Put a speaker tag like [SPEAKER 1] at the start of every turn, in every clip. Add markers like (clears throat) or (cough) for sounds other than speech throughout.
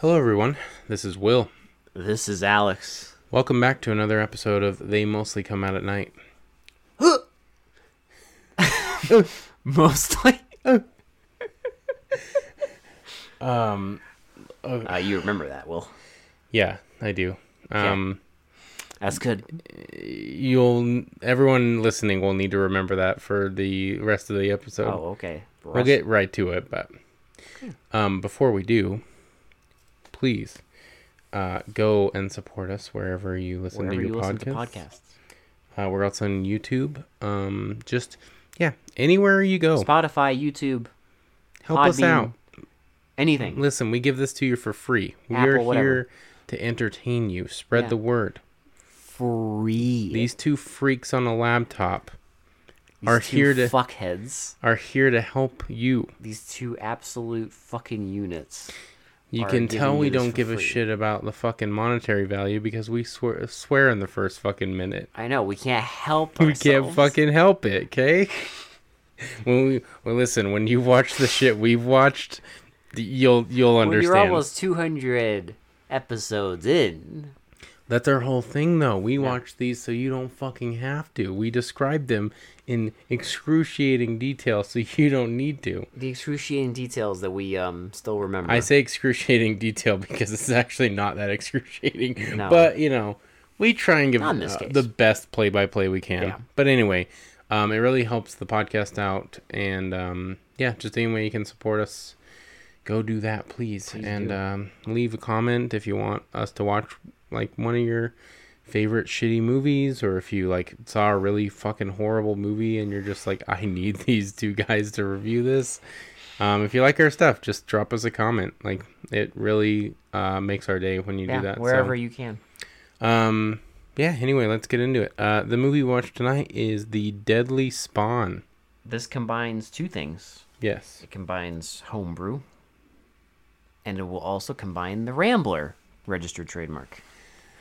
[SPEAKER 1] Hello, everyone. This is Will.
[SPEAKER 2] This
[SPEAKER 1] (laughs)
[SPEAKER 2] is Alex.
[SPEAKER 1] Welcome back to another episode of They Mostly Come Out at Night.
[SPEAKER 2] Mostly.
[SPEAKER 1] Um,
[SPEAKER 2] Uh, you remember that, Will.
[SPEAKER 1] yeah, I do. Um,
[SPEAKER 2] That's good.
[SPEAKER 1] you'll everyone listening will need to remember that for the rest of the episode.
[SPEAKER 2] Oh, Hmm. okay.
[SPEAKER 1] We'll get right to it, but um, before we do, please uh, go and support us wherever you listen
[SPEAKER 2] wherever
[SPEAKER 1] to your
[SPEAKER 2] you listen to
[SPEAKER 1] podcast.
[SPEAKER 2] podcasts.
[SPEAKER 1] Uh, we're also on YouTube. Um, just yeah, anywhere you go,
[SPEAKER 2] Spotify, YouTube,
[SPEAKER 1] help us
[SPEAKER 2] Podbean.
[SPEAKER 1] out.
[SPEAKER 2] anything.
[SPEAKER 1] Listen, we give this to you for free. We
[SPEAKER 2] Apple,
[SPEAKER 1] are
[SPEAKER 2] whatever.
[SPEAKER 1] here to entertain you. Spread
[SPEAKER 2] Yeah.
[SPEAKER 1] the word.
[SPEAKER 2] Free.
[SPEAKER 1] These two freaks on a laptop are
[SPEAKER 2] two
[SPEAKER 1] here to
[SPEAKER 2] fuckheads.
[SPEAKER 1] are here to help you.
[SPEAKER 2] These two absolute fucking units.
[SPEAKER 1] You
[SPEAKER 2] are
[SPEAKER 1] can
[SPEAKER 2] giving
[SPEAKER 1] tell
[SPEAKER 2] you
[SPEAKER 1] we
[SPEAKER 2] this
[SPEAKER 1] don't
[SPEAKER 2] for
[SPEAKER 1] give a
[SPEAKER 2] free.
[SPEAKER 1] shit about the fucking monetary value because we swear, swear in the first fucking
[SPEAKER 2] (laughs)
[SPEAKER 1] minute.
[SPEAKER 2] I know we can't help.
[SPEAKER 1] We can't
[SPEAKER 2] ourselves.
[SPEAKER 1] fucking help it, okay? (laughs) when we well, listen, when you watch the shit we've watched, you'll you'll
[SPEAKER 2] When you're
[SPEAKER 1] understand.
[SPEAKER 2] almost 200 episodes in,
[SPEAKER 1] That's our whole thing, though. We watch these so you don't fucking have to. We describe them in excruciating detail so (laughs) you don't need to.
[SPEAKER 2] the excruciating details that we um still remember.
[SPEAKER 1] I say excruciating (laughs) detail because it's actually not that excruciating.
[SPEAKER 2] No.
[SPEAKER 1] But, you know, we try and give
[SPEAKER 2] Not in this
[SPEAKER 1] uh,
[SPEAKER 2] case.
[SPEAKER 1] the best play by play we can.
[SPEAKER 2] Yeah.
[SPEAKER 1] But anyway, um, it really helps the podcast out. And um, yeah, just any way you can support us, go do that, please. and
[SPEAKER 2] do.
[SPEAKER 1] um, leave a comment if you want us to watch like one of your favorite shitty movies or if you like saw a really fucking horrible movie and you're just like (laughs) i need these two guys to review this um, if you like our stuff just drop us a comment like it really uh, makes our day when you
[SPEAKER 2] yeah,
[SPEAKER 1] do that
[SPEAKER 2] wherever
[SPEAKER 1] so,
[SPEAKER 2] you can.
[SPEAKER 1] um yeah anyway let's get into it uh, the movie we watched tonight is the deadly spawn
[SPEAKER 2] This combines two things.
[SPEAKER 1] yes
[SPEAKER 2] It combines homebrew, and it will also combine the Rambler registered trademark.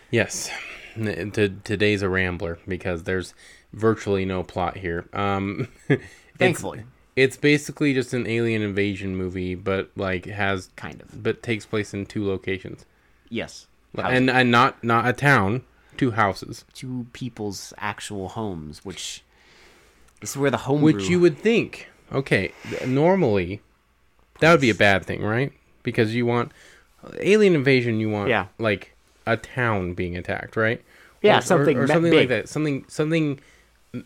[SPEAKER 1] yes N- to, today's a rambler because there's virtually no plot here um (laughs) it's-
[SPEAKER 2] Thankfully,
[SPEAKER 1] It's basically just an alien invasion movie, but like has
[SPEAKER 2] kind of.
[SPEAKER 1] but takes place in two locations,
[SPEAKER 2] Yes. And
[SPEAKER 1] and and not not a town, two houses,
[SPEAKER 2] two people's actual homes, which is where the homebrew.
[SPEAKER 1] which you would think, okay, th- normally that would be a bad thing, right? Because you want alien invasion, you want
[SPEAKER 2] Yeah.
[SPEAKER 1] like a town being attacked, right?
[SPEAKER 2] Yeah,
[SPEAKER 1] Or- or-
[SPEAKER 2] something
[SPEAKER 1] or,
[SPEAKER 2] ma-
[SPEAKER 1] something like
[SPEAKER 2] big.
[SPEAKER 1] that, something something mm,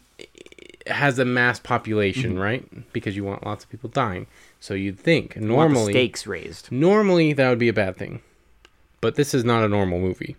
[SPEAKER 1] has a mass population,
[SPEAKER 2] Mm-hmm.
[SPEAKER 1] right? Because you want lots of people dying, so you'd think
[SPEAKER 2] you want the
[SPEAKER 1] normally.
[SPEAKER 2] stakes raised.
[SPEAKER 1] Normally, that would be a bad thing, but this is not a normal movie.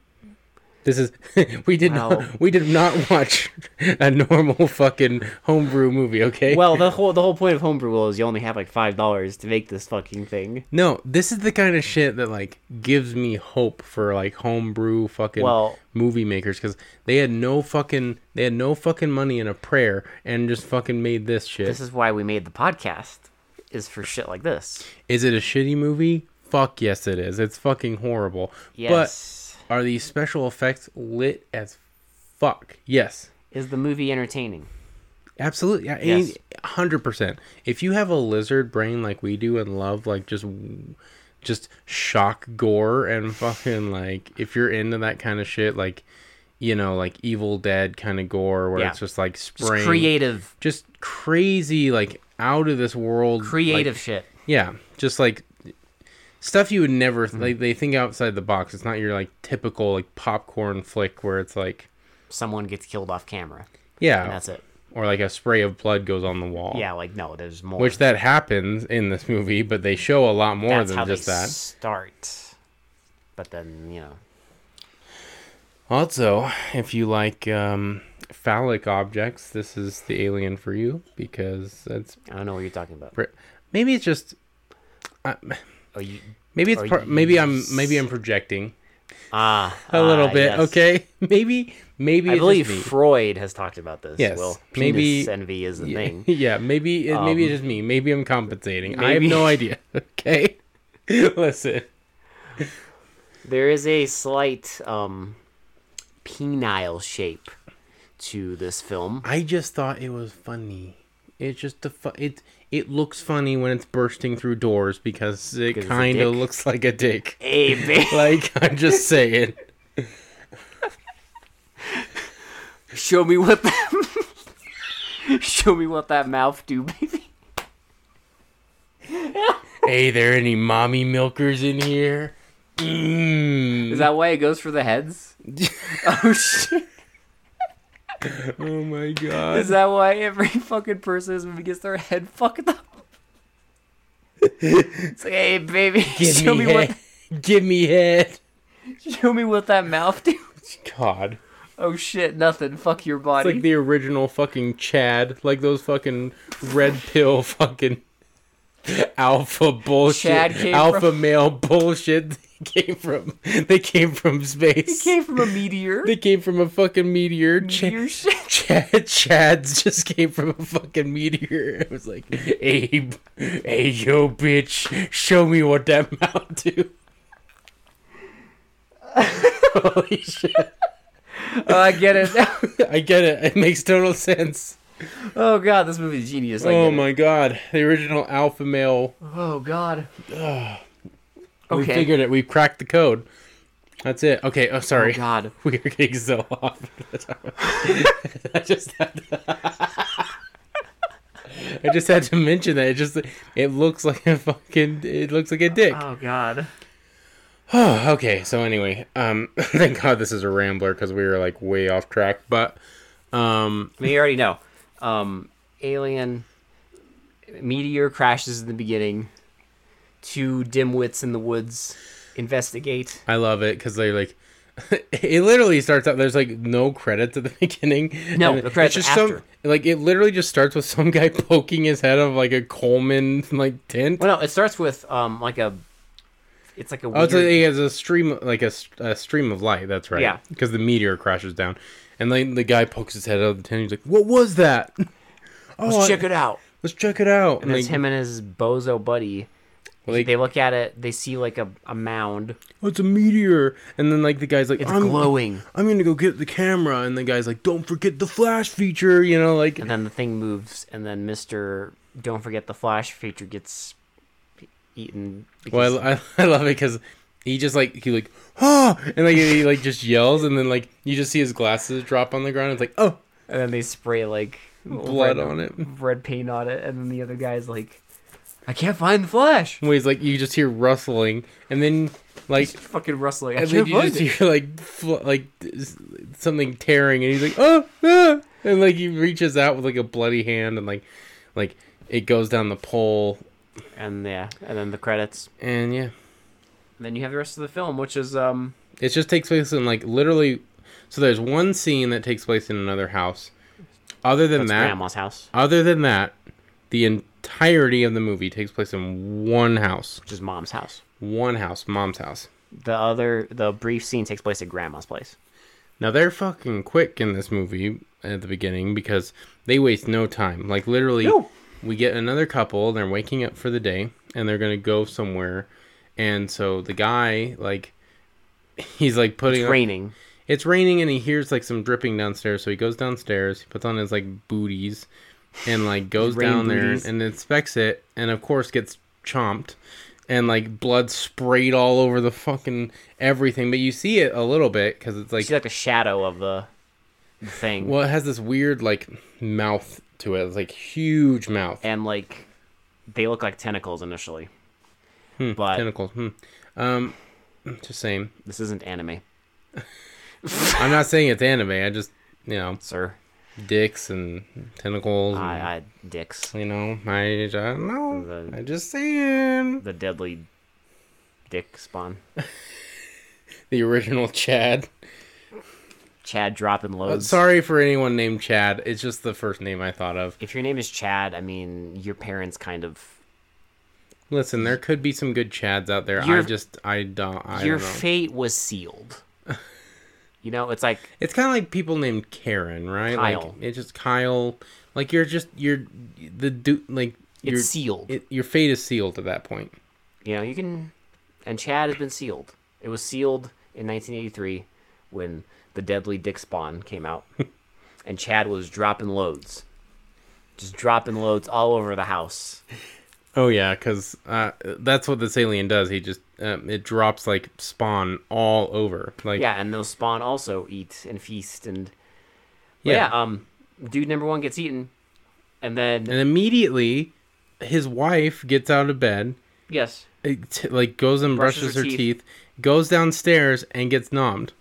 [SPEAKER 1] This is (laughs) we did
[SPEAKER 2] Well-
[SPEAKER 1] not we did not (laughs) watch a normal fucking homebrew movie. Okay.
[SPEAKER 2] Well, the whole the whole point of homebrew will is you only have like five dollars to make this fucking thing.
[SPEAKER 1] no, this is the kind of shit that like gives me hope for like homebrew fucking
[SPEAKER 2] Well-
[SPEAKER 1] movie makers because they had no fucking they had no fucking money in a prayer and just fucking made this shit.
[SPEAKER 2] This is why we made the podcast, is for shit like this.
[SPEAKER 1] is it a shitty movie? Fuck yes, it is. It's fucking horrible.
[SPEAKER 2] Yes.
[SPEAKER 1] But are these special effects lit as fuck? Yes.
[SPEAKER 2] Is the movie entertaining?
[SPEAKER 1] Absolutely. I mean,
[SPEAKER 2] Yes.
[SPEAKER 1] 100%. If you have a lizard brain like we do and love like just w- just shock gore and (laughs) fucking like if you're into that kind of shit like you know like Evil Dead kind of gore where
[SPEAKER 2] Yeah.
[SPEAKER 1] it's just like
[SPEAKER 2] Just
[SPEAKER 1] spraying
[SPEAKER 2] creative,
[SPEAKER 1] just crazy like out of this world like-
[SPEAKER 2] creative shit.
[SPEAKER 1] yeah, just like stuff you would never
[SPEAKER 2] Mm-hmm.
[SPEAKER 1] like they think outside the box. It's not your like typical like popcorn flick where it's like
[SPEAKER 2] Someone gets killed off camera.
[SPEAKER 1] yeah
[SPEAKER 2] And that's it.
[SPEAKER 1] or like a spray of blood goes on the wall.
[SPEAKER 2] Yeah, like no, there's more.
[SPEAKER 1] Which that happens in this movie, but they show a lot more
[SPEAKER 2] That's
[SPEAKER 1] than
[SPEAKER 2] how
[SPEAKER 1] just
[SPEAKER 2] they
[SPEAKER 1] that.
[SPEAKER 2] start. But then you know,
[SPEAKER 1] Also, if you like um, phallic objects, this is the alien for you because that's
[SPEAKER 2] I don't know what you're talking about.
[SPEAKER 1] pr- maybe it's just
[SPEAKER 2] Oh, you
[SPEAKER 1] maybe it's
[SPEAKER 2] Are
[SPEAKER 1] par-
[SPEAKER 2] you
[SPEAKER 1] maybe I'm maybe I'm projecting
[SPEAKER 2] ah
[SPEAKER 1] a little
[SPEAKER 2] ah,
[SPEAKER 1] bit.
[SPEAKER 2] yes.
[SPEAKER 1] Okay, (laughs) maybe maybe
[SPEAKER 2] I
[SPEAKER 1] it's just
[SPEAKER 2] believe
[SPEAKER 1] me.
[SPEAKER 2] Freud has talked about this.
[SPEAKER 1] Yes,
[SPEAKER 2] Well,
[SPEAKER 1] maybe-
[SPEAKER 2] penis envy is the thing.
[SPEAKER 1] (laughs) yeah, maybe it, maybe it's just me. Maybe I'm compensating. I have
[SPEAKER 2] Um, maybe- (laughs)
[SPEAKER 1] no idea. Okay, (laughs) listen.
[SPEAKER 2] There is a slight um, penile shape to this film.
[SPEAKER 1] I just thought it was funny. It's just the fu- it It looks funny when it's bursting through doors because it
[SPEAKER 2] it's a
[SPEAKER 1] kind of
[SPEAKER 2] dick.
[SPEAKER 1] looks like a dick. (laughs)
[SPEAKER 2] Hey, man.
[SPEAKER 1] Like I'm
[SPEAKER 2] (laughs)
[SPEAKER 1] just saying.
[SPEAKER 2] Show me what that. (laughs) Show me what that mouth do, baby.
[SPEAKER 1] hey, there any mommy milkers in here? Mm.
[SPEAKER 2] Is that why it goes for the heads?
[SPEAKER 1] (laughs)
[SPEAKER 2] oh shit!
[SPEAKER 1] oh my
[SPEAKER 2] Is
[SPEAKER 1] god.
[SPEAKER 2] that why every (laughs) fucking person is when gets their head fucked up? It's like, hey, baby,
[SPEAKER 1] (laughs) Give
[SPEAKER 2] show
[SPEAKER 1] me,
[SPEAKER 2] me,
[SPEAKER 1] head. Give me head.
[SPEAKER 2] what show me what that mouth do.
[SPEAKER 1] God.
[SPEAKER 2] Oh shit! Nothing. Fuck your
[SPEAKER 1] It's
[SPEAKER 2] body.
[SPEAKER 1] like the original fucking Chad, like those fucking red pill (laughs) fucking alpha bullshit,
[SPEAKER 2] Chad came
[SPEAKER 1] alpha male bullshit. (laughs) They came from they came from
[SPEAKER 2] it
[SPEAKER 1] space.
[SPEAKER 2] came from a meteor.
[SPEAKER 1] (laughs) They came from a fucking meteor.
[SPEAKER 2] meteor
[SPEAKER 1] Chad,
[SPEAKER 2] (laughs) shit.
[SPEAKER 1] Chad Chad's just came from a fucking meteor. (laughs) It was like, Abe, hey yo, bitch, show me what that (laughs) mouth
[SPEAKER 2] (laughs)
[SPEAKER 1] do. Holy shit!
[SPEAKER 2] Oh, I get it. (laughs) now.
[SPEAKER 1] I get it. It makes total sense.
[SPEAKER 2] oh god, this movie's genius. I
[SPEAKER 1] oh
[SPEAKER 2] get it.
[SPEAKER 1] my god, the original alpha male. (sighs)
[SPEAKER 2] Oh god.
[SPEAKER 1] We
[SPEAKER 2] Okay.
[SPEAKER 1] figured it. We cracked the code. That's it. Okay. Oh,
[SPEAKER 2] Oh
[SPEAKER 1] sorry.
[SPEAKER 2] god.
[SPEAKER 1] (laughs) We are getting so off. (laughs) I just had to, (laughs) I just had to mention that it just it looks like a fucking it looks like a dick.
[SPEAKER 2] Oh god. Uh,
[SPEAKER 1] Oh, (sighs) okay. So anyway, um, (laughs) thank God this is a rambler because we were like way off track. But um,
[SPEAKER 2] I mean, you already know. Um, alien meteor crashes in the beginning. Two dimwits in the woods investigate.
[SPEAKER 1] I love it because they're like, (laughs) it literally starts out. There's like no credits at the (laughs) beginning.
[SPEAKER 2] No,
[SPEAKER 1] And
[SPEAKER 2] the credits
[SPEAKER 1] it's
[SPEAKER 2] are
[SPEAKER 1] some-
[SPEAKER 2] after.
[SPEAKER 1] like it literally just starts with some guy (laughs) poking his head of like a Coleman like tent.
[SPEAKER 2] Well, no, it starts with um like a. It's like a
[SPEAKER 1] Oh,
[SPEAKER 2] weird.
[SPEAKER 1] it's like he has a stream, like a, s- a stream of light. That's right.
[SPEAKER 2] Yeah.
[SPEAKER 1] Because the meteor crashes down, and then the guy pokes his head out of the tent. He's like, "What was that? (laughs) Oh,
[SPEAKER 2] Let's
[SPEAKER 1] I-
[SPEAKER 2] check it out.
[SPEAKER 1] let's check it out."
[SPEAKER 2] And it's
[SPEAKER 1] like,
[SPEAKER 2] him and his bozo buddy.
[SPEAKER 1] like,
[SPEAKER 2] They look at it. They see like a, a mound.
[SPEAKER 1] "Oh, it's a meteor. And then like the guy's like,
[SPEAKER 2] It's
[SPEAKER 1] "I'm
[SPEAKER 2] glowing.
[SPEAKER 1] I'm gonna go get the camera." And the guy's like, "Don't forget the flash feature." You know, like
[SPEAKER 2] And then the thing moves, and then Mister, don't forget the flash feature gets eaten. because-
[SPEAKER 1] Well, I, (laughs) I love it because he just like he like oh, and like he like just yells, and then like you just see his glasses drop on the ground. It's like oh,
[SPEAKER 2] and then they spray like
[SPEAKER 1] blood
[SPEAKER 2] red-
[SPEAKER 1] on it.
[SPEAKER 2] red paint on it, and then the other guy's like, "I can't find the Flash."
[SPEAKER 1] Where he's like you just hear rustling, and then like
[SPEAKER 2] He's fucking rustling. I
[SPEAKER 1] and then
[SPEAKER 2] can't
[SPEAKER 1] you
[SPEAKER 2] find
[SPEAKER 1] just
[SPEAKER 2] it.
[SPEAKER 1] hear like fl- like s- something tearing, and he's like oh, ah," and like he reaches out with like a bloody hand, and like like it goes down the pole,
[SPEAKER 2] And yeah, and then the credits.
[SPEAKER 1] and yeah.
[SPEAKER 2] And then you have the rest of the film, which is um
[SPEAKER 1] It just takes place in like literally. So there's one scene that takes place in another house. Other than
[SPEAKER 2] that's
[SPEAKER 1] that,
[SPEAKER 2] Grandma's house,
[SPEAKER 1] Other than that, the entirety of the movie takes place in one house.
[SPEAKER 2] which is Mom's house.
[SPEAKER 1] One house, mom's house.
[SPEAKER 2] The other, the brief scene takes place at Grandma's place.
[SPEAKER 1] Now they're fucking quick in this movie at the beginning because they waste no time. Like literally
[SPEAKER 2] No.
[SPEAKER 1] we get another couple, they're waking up for the day and they're going to go somewhere. And so the guy like he's like putting
[SPEAKER 2] It's
[SPEAKER 1] on-
[SPEAKER 2] raining.
[SPEAKER 1] It's raining and he hears like some dripping downstairs, so he goes downstairs, he puts on his like booties and like goes
[SPEAKER 2] Rain
[SPEAKER 1] down there
[SPEAKER 2] booties.
[SPEAKER 1] and inspects it and of course gets chomped and like blood sprayed all over the fucking everything, but you see it a little bit cuz it's like
[SPEAKER 2] She's like a shadow of the, the thing,
[SPEAKER 1] well it has this weird like mouth to it. It's like huge mouth.
[SPEAKER 2] and like they look like tentacles initially, but
[SPEAKER 1] Tentacles. Hmm. Um just saying.
[SPEAKER 2] this isn't anime,
[SPEAKER 1] I'm not saying it's anime. I just, you know,
[SPEAKER 2] sir.
[SPEAKER 1] dicks and tentacles.
[SPEAKER 2] I,
[SPEAKER 1] and-
[SPEAKER 2] I dicks.
[SPEAKER 1] You know, I, I don't know.
[SPEAKER 2] The-
[SPEAKER 1] I just saying.
[SPEAKER 2] the deadly dick spawn.
[SPEAKER 1] The original Chad.
[SPEAKER 2] Chad dropping
[SPEAKER 1] Uh,
[SPEAKER 2] loads.
[SPEAKER 1] sorry for anyone named Chad. It's just the first name I thought of.
[SPEAKER 2] If your name is Chad, I mean your parents kind of
[SPEAKER 1] Listen, there could be some good Chads out there. I
[SPEAKER 2] Your-
[SPEAKER 1] just, I don't, I
[SPEAKER 2] your
[SPEAKER 1] don't know.
[SPEAKER 2] fate was sealed. you know, it's like
[SPEAKER 1] it's kind of like people named Karen, right? Like
[SPEAKER 2] Kyle.
[SPEAKER 1] it's just Kyle. Like you're just you're the dude. Like
[SPEAKER 2] it's
[SPEAKER 1] you're,
[SPEAKER 2] sealed.
[SPEAKER 1] it, your fate is sealed at that point.
[SPEAKER 2] you know, you can and Chad has been sealed. It was sealed in 1983 when
[SPEAKER 1] (laughs)
[SPEAKER 2] the deadly dick spawn came out. and Chad was dropping loads. just dropping loads all over the house.
[SPEAKER 1] Oh yeah, because uh, that's what this alien does. He just um, it drops like spawn all over. Like
[SPEAKER 2] Yeah, and those spawn also eat and feast and but yeah.
[SPEAKER 1] Yeah.
[SPEAKER 2] um, dude number one gets eaten, and then
[SPEAKER 1] and immediately his wife gets out of bed,
[SPEAKER 2] yes,
[SPEAKER 1] it t- like goes and
[SPEAKER 2] Brushes
[SPEAKER 1] brushes,
[SPEAKER 2] her
[SPEAKER 1] her,
[SPEAKER 2] teeth.
[SPEAKER 1] teeth. goes downstairs and gets nommed.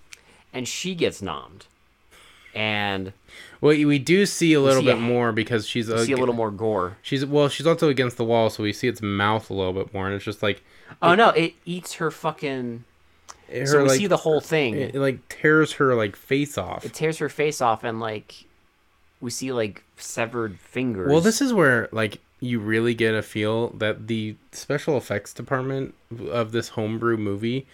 [SPEAKER 2] and she gets nommed, and
[SPEAKER 1] Well, we do see a little
[SPEAKER 2] see
[SPEAKER 1] bit
[SPEAKER 2] a-
[SPEAKER 1] more because she's
[SPEAKER 2] you see a little more gore.
[SPEAKER 1] She's well, she's also against the wall, so we see its mouth a little bit more, and it's just like
[SPEAKER 2] Oh no, it eats her fucking.
[SPEAKER 1] her
[SPEAKER 2] so we
[SPEAKER 1] like
[SPEAKER 2] see the whole thing.
[SPEAKER 1] it, like tears her like face off.
[SPEAKER 2] it tears her face off and like we see like severed fingers
[SPEAKER 1] Well, this is where like you really get a feel that the special effects department of this homebrew movie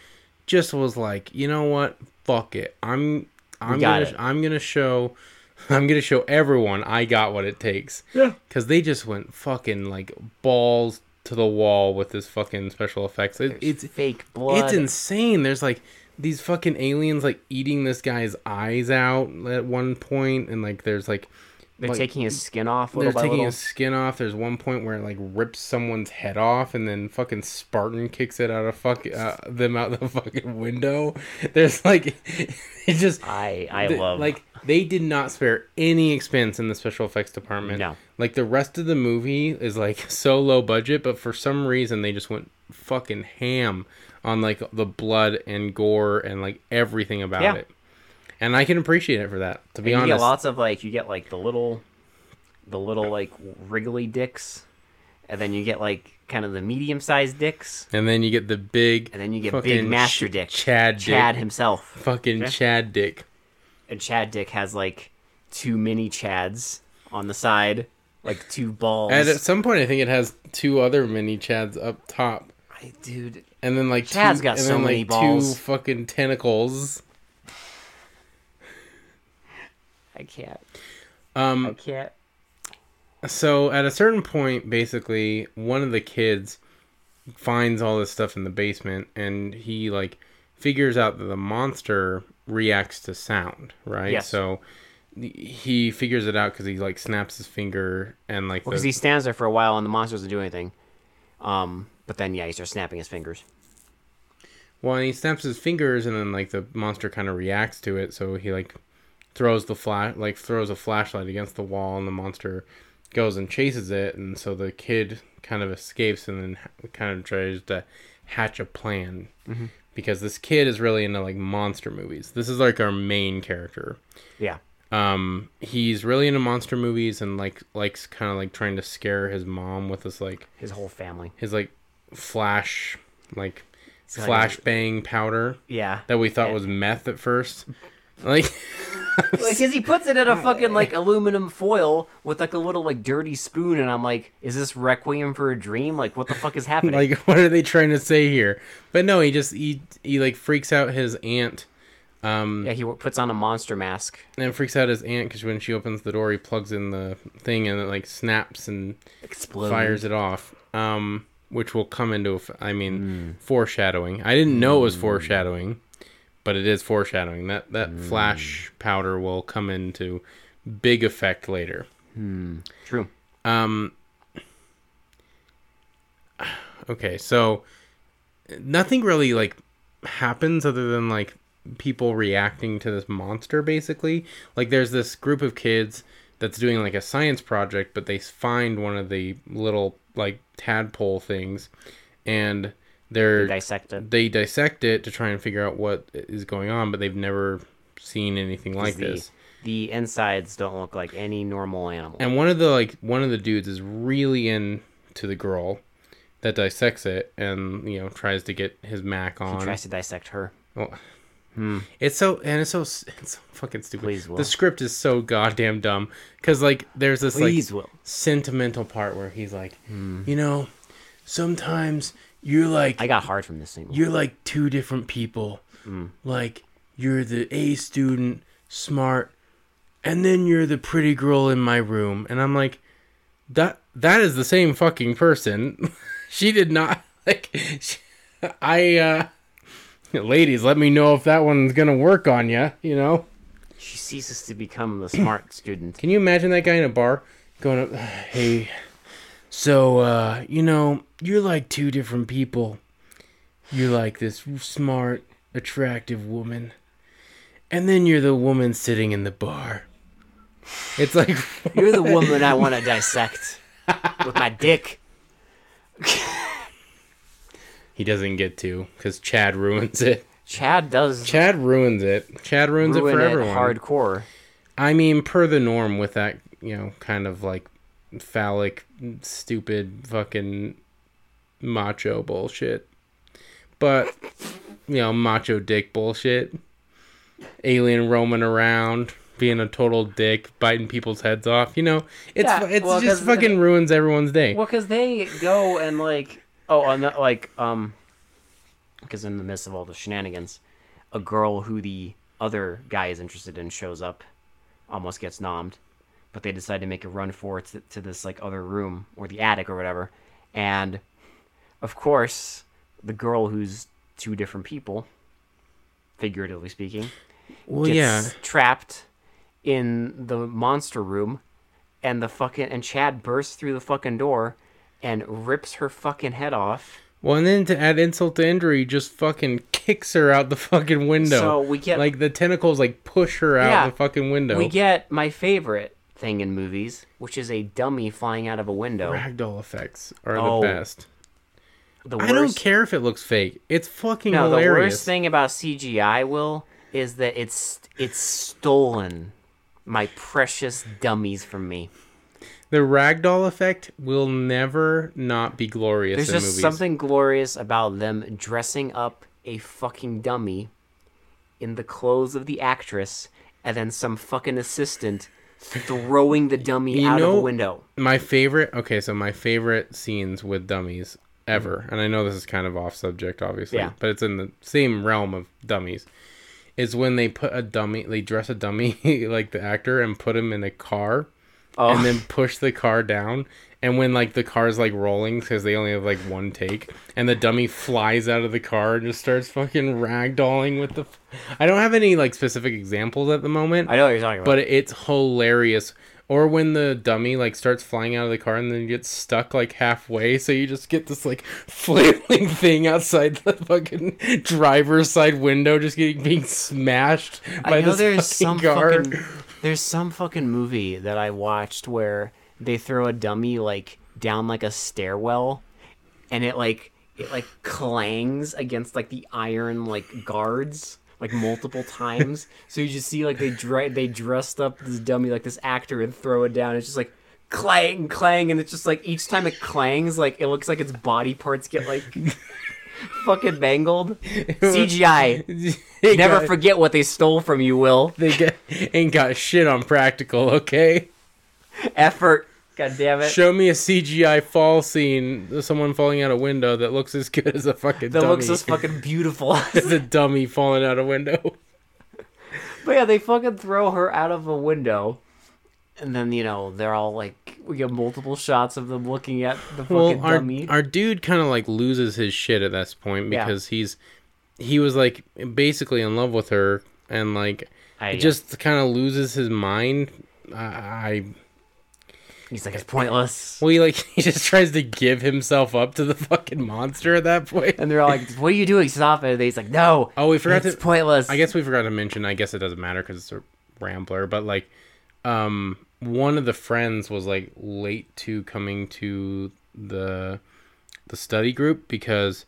[SPEAKER 1] just was like, you know what? Fuck it. I'm I'm
[SPEAKER 2] got
[SPEAKER 1] gonna
[SPEAKER 2] it.
[SPEAKER 1] I'm gonna show (laughs) I'm gonna show everyone I got what it takes.
[SPEAKER 2] Yeah.
[SPEAKER 1] Cause they just went fucking like balls to the wall with this fucking special effects. It,
[SPEAKER 2] it's
[SPEAKER 1] it's
[SPEAKER 2] fake blood
[SPEAKER 1] it's insane. There's like these fucking aliens like eating this guy's eyes out at one point, and like there's like
[SPEAKER 2] they're
[SPEAKER 1] like,
[SPEAKER 2] taking his skin off
[SPEAKER 1] they're
[SPEAKER 2] little by
[SPEAKER 1] taking
[SPEAKER 2] little
[SPEAKER 1] his skin off. There's one point where it like rips someone's head off, and then fucking Spartan kicks it out of fuck uh, them out the (laughs) fucking window. There's like (laughs) it just
[SPEAKER 2] i i
[SPEAKER 1] the-
[SPEAKER 2] love
[SPEAKER 1] like they did not spare any expense in the special effects department.
[SPEAKER 2] No.
[SPEAKER 1] Like the rest of the movie is like (laughs) so low budget, but for some reason they just went fucking ham on like the blood and gore and like everything about
[SPEAKER 2] Yeah.
[SPEAKER 1] it. And I can appreciate it for that, to be
[SPEAKER 2] you get
[SPEAKER 1] honest.
[SPEAKER 2] lots of like you get like the little the little like wriggly dicks and then you get like kind of the medium sized dicks
[SPEAKER 1] and then you get the big
[SPEAKER 2] and then you get big
[SPEAKER 1] fucking
[SPEAKER 2] master
[SPEAKER 1] Ch-
[SPEAKER 2] dick
[SPEAKER 1] Chad dick.
[SPEAKER 2] chad himself
[SPEAKER 1] Fucking Chad dick.
[SPEAKER 2] and chad dick has like two mini chads on the side like two balls
[SPEAKER 1] And at some point, I think it has two other mini Chads up top,
[SPEAKER 2] I, dude
[SPEAKER 1] and then like
[SPEAKER 2] Chad's
[SPEAKER 1] two,
[SPEAKER 2] got
[SPEAKER 1] and
[SPEAKER 2] so
[SPEAKER 1] then,
[SPEAKER 2] many
[SPEAKER 1] like,
[SPEAKER 2] balls.
[SPEAKER 1] Two fucking tentacles.
[SPEAKER 2] i can't
[SPEAKER 1] Um,
[SPEAKER 2] i can't
[SPEAKER 1] so at a certain point basically one of the kids finds all this stuff in the basement and he like figures out that the monster reacts to sound right
[SPEAKER 2] Yes.
[SPEAKER 1] so he figures it out because he like snaps his finger and like
[SPEAKER 2] because
[SPEAKER 1] the-
[SPEAKER 2] he stands there for a while and the monster doesn't do anything. Um, but then yeah, he starts snapping his fingers.
[SPEAKER 1] Well, and he snaps his fingers, and then like the monster kind of reacts to it, so he like throws the flash, like throws a flashlight against the wall, and the monster goes and chases it, and so the kid kind of escapes, and then ha- kind of tries to hatch a plan because this kid is really into like monster movies. This is like our main character.
[SPEAKER 2] Yeah,
[SPEAKER 1] Um, he's really into monster movies and like likes kind of like trying to scare his mom with this like
[SPEAKER 2] his whole family.
[SPEAKER 1] his like flash like
[SPEAKER 2] got his-
[SPEAKER 1] flashbang powder
[SPEAKER 2] Yeah,
[SPEAKER 1] that we thought
[SPEAKER 2] Yeah.
[SPEAKER 1] was meth at first. Like, (laughs)
[SPEAKER 2] because he puts it in a fucking like aluminum foil with like a little like dirty spoon, and I'm like, is this requiem for a dream? Like, what the fuck is happening?
[SPEAKER 1] (laughs) like what are they trying to say here? But no, he just he he like freaks out his aunt, um,
[SPEAKER 2] yeah, he w- puts on a monster mask.
[SPEAKER 1] and freaks out his aunt because when she opens the door, he plugs in the thing and it like snaps and
[SPEAKER 2] Explodes.
[SPEAKER 1] fires it off. Um, which will come into eff- I mean foreshadowing. I didn't know it was foreshadowing, but it is foreshadowing. That that flash powder will come into big effect later.
[SPEAKER 2] True.
[SPEAKER 1] Um. Okay, so nothing really like happens other than like people reacting to this monster. Basically, like there's this group of kids that's doing like a science project, but they find one of the little like tadpole things, and they're
[SPEAKER 2] Dissected.
[SPEAKER 1] they dissect it to try and figure out what is going on, but they've never seen anything like
[SPEAKER 2] the,
[SPEAKER 1] this.
[SPEAKER 2] the insides don't look like any normal animal.
[SPEAKER 1] And one of the like one of the dudes is really into the girl that dissects it and you know tries to get his mac
[SPEAKER 2] he
[SPEAKER 1] on.
[SPEAKER 2] tries to dissect her.
[SPEAKER 1] Well, hmm. It's so and it's so s- it's so fucking stupid.
[SPEAKER 2] Please, Will.
[SPEAKER 1] The script is so goddamn dumb because like there's this
[SPEAKER 2] Please,
[SPEAKER 1] like
[SPEAKER 2] Will.
[SPEAKER 1] sentimental part where he's like, you know, sometimes you're like
[SPEAKER 2] I got hard from this thing.
[SPEAKER 1] you're like two different people. Like you're the A student, smart, and then you're the pretty girl in my room. And I'm like, that that is the same fucking person. (laughs) she did not (laughs) like. She, I uh, (laughs) ladies, let me know if that one's gonna work on you. You know, (laughs)
[SPEAKER 2] She ceases to become the smart student.
[SPEAKER 1] can you imagine that guy in a bar? going up. (sighs) Hey, so uh, you know, you're like two different people. You're like this smart, attractive woman, and then you're the woman sitting in the bar. It's like (laughs)
[SPEAKER 2] You're the woman I want to dissect with my dick.
[SPEAKER 1] he doesn't get to because Chad ruins it.
[SPEAKER 2] Chad does
[SPEAKER 1] Chad ruins it. Chad ruins it
[SPEAKER 2] ruin
[SPEAKER 1] for
[SPEAKER 2] it
[SPEAKER 1] everyone.
[SPEAKER 2] hardcore.
[SPEAKER 1] I mean, per the norm, with that you know kind of like phallic, stupid, fucking macho bullshit. But you know, macho dick bullshit. Alien roaming around, being a total dick, biting people's heads off. You know, it's
[SPEAKER 2] Yeah,
[SPEAKER 1] it's
[SPEAKER 2] well,
[SPEAKER 1] just
[SPEAKER 2] 'cause-
[SPEAKER 1] fucking ruins everyone's day.
[SPEAKER 2] Well, because they go and like, oh, and that, like, um, because in the midst of all the shenanigans, a girl who the other guy is interested in shows up, almost gets nommed, but they decide to make a run for it to, to this like other room or the attic or whatever, and of course, the girl who's two different people, figuratively speaking,
[SPEAKER 1] Well,
[SPEAKER 2] gets
[SPEAKER 1] yeah,
[SPEAKER 2] trapped in the monster room and the fucking and Chad bursts through the fucking door and rips her fucking head off.
[SPEAKER 1] Well, and then to add insult to injury, just fucking kicks her out the fucking window.
[SPEAKER 2] So we get-
[SPEAKER 1] like the tentacles like push her out
[SPEAKER 2] Yeah.
[SPEAKER 1] the fucking window.
[SPEAKER 2] We get my favorite thing in movies, which is a dummy flying out of a window.
[SPEAKER 1] Ragdoll effects are
[SPEAKER 2] Oh,
[SPEAKER 1] the best.
[SPEAKER 2] The
[SPEAKER 1] I don't
[SPEAKER 2] worst
[SPEAKER 1] care if it looks fake. It's fucking
[SPEAKER 2] No, the
[SPEAKER 1] hilarious.
[SPEAKER 2] worst thing about CGI will is that it's it's stolen my precious dummies from me.
[SPEAKER 1] The ragdoll effect will never not be glorious
[SPEAKER 2] There's
[SPEAKER 1] in
[SPEAKER 2] just
[SPEAKER 1] movies.
[SPEAKER 2] something glorious about them dressing up a fucking dummy in the clothes of the actress and then some fucking assistant throwing the dummy
[SPEAKER 1] You
[SPEAKER 2] out of
[SPEAKER 1] know-
[SPEAKER 2] a window.
[SPEAKER 1] My favorite. Okay, so my favorite scenes with dummies ever, and I know this is kind of off subject, obviously,
[SPEAKER 2] Mm. Yeah.
[SPEAKER 1] but it's in the same realm of dummies. Is when they put a dummy, they dress a dummy (laughs) like the actor and put him in a car,
[SPEAKER 2] Oh.
[SPEAKER 1] and then push the car down. And when like the car's like rolling because they only have like one take, and the dummy flies out of the car and just starts fucking ragdolling with the. F- I don't have any like specific examples at the moment
[SPEAKER 2] I know what you're talking about.
[SPEAKER 1] but it's hilarious. Or when the dummy like starts flying out of the car and then gets stuck like halfway, so you just get this like (laughs) flailing thing outside the fucking driver's side window, just getting being smashed
[SPEAKER 2] (laughs)
[SPEAKER 1] by
[SPEAKER 2] I know
[SPEAKER 1] this
[SPEAKER 2] there's some
[SPEAKER 1] fucking car.
[SPEAKER 2] fucking there's some fucking movie that I watched where they throw a dummy like down like a stairwell and it like it like clangs against like the iron like guards like
[SPEAKER 1] (laughs)
[SPEAKER 2] multiple times. so you just see like they dre- they dressed up this dummy like this actor and throw it down. It's just like clang clang and it's just like each time it clangs like it looks like its body parts
[SPEAKER 1] (laughs)
[SPEAKER 2] get like fucking mangled. CGI.
[SPEAKER 1] They
[SPEAKER 2] Never
[SPEAKER 1] got-
[SPEAKER 2] forget what they stole from you, Will.
[SPEAKER 1] (laughs) They got, ain't got shit on practical. Okay,
[SPEAKER 2] Effort. God damn it.
[SPEAKER 1] show me a CGI fall scene, of someone falling out a window that looks as good as a fucking
[SPEAKER 2] that
[SPEAKER 1] dummy.
[SPEAKER 2] looks just
[SPEAKER 1] (laughs)
[SPEAKER 2] fucking beautiful.
[SPEAKER 1] as a dummy falling out a window.
[SPEAKER 2] but yeah, they fucking throw her out of a window. And then, you know, they're all like, we get multiple shots of them looking at the fucking
[SPEAKER 1] well, our,
[SPEAKER 2] dummy.
[SPEAKER 1] our dude kind of like loses his shit at this point
[SPEAKER 2] Yeah.
[SPEAKER 1] because he's he was like basically in love with her and like
[SPEAKER 2] I, uh,
[SPEAKER 1] it just kind of loses his mind. I, I
[SPEAKER 2] he's like, it's pointless.
[SPEAKER 1] well, he like (laughs) he just tries to give himself up to the fucking monster at that point.
[SPEAKER 2] And they're all like, what are you doing? Stop it. And he's like, no.
[SPEAKER 1] Oh, we forgot
[SPEAKER 2] it's
[SPEAKER 1] to.
[SPEAKER 2] pointless.
[SPEAKER 1] I guess we forgot to mention. I guess it doesn't matter because it's a rambler. But like, um, one of the friends was like late to coming to the the study group because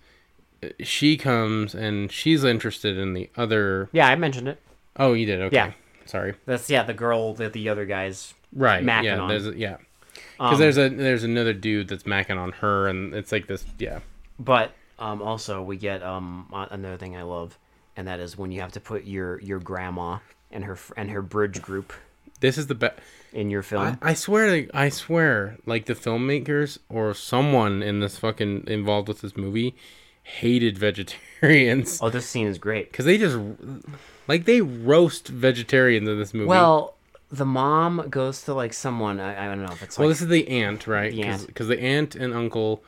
[SPEAKER 1] uh, she comes and she's interested in the other.
[SPEAKER 2] Yeah, I mentioned it.
[SPEAKER 1] Oh, you did. Okay.
[SPEAKER 2] Yeah.
[SPEAKER 1] Sorry.
[SPEAKER 2] That's, yeah, the girl that the other guys.
[SPEAKER 1] Right.
[SPEAKER 2] Macking
[SPEAKER 1] yeah.
[SPEAKER 2] on. Um,
[SPEAKER 1] There's a, yeah. Because there's a there's another dude that's macking on her, and it's like this. Yeah.
[SPEAKER 2] But um, also we get um, a- another thing I love, and that is when you have to put your your grandma and her fr- and her bridge group
[SPEAKER 1] This is the best.
[SPEAKER 2] in your film.
[SPEAKER 1] I, I swear, like, I swear, like the filmmakers or someone in this fucking involved with this movie hated vegetarians (laughs)
[SPEAKER 2] oh, this scene is great.
[SPEAKER 1] because they just like they roast vegetarians in this movie.
[SPEAKER 2] Well, the mom goes to like someone I, I don't know if it's like
[SPEAKER 1] well, this is the aunt, right?
[SPEAKER 2] The aunt.
[SPEAKER 1] Because the aunt and uncle,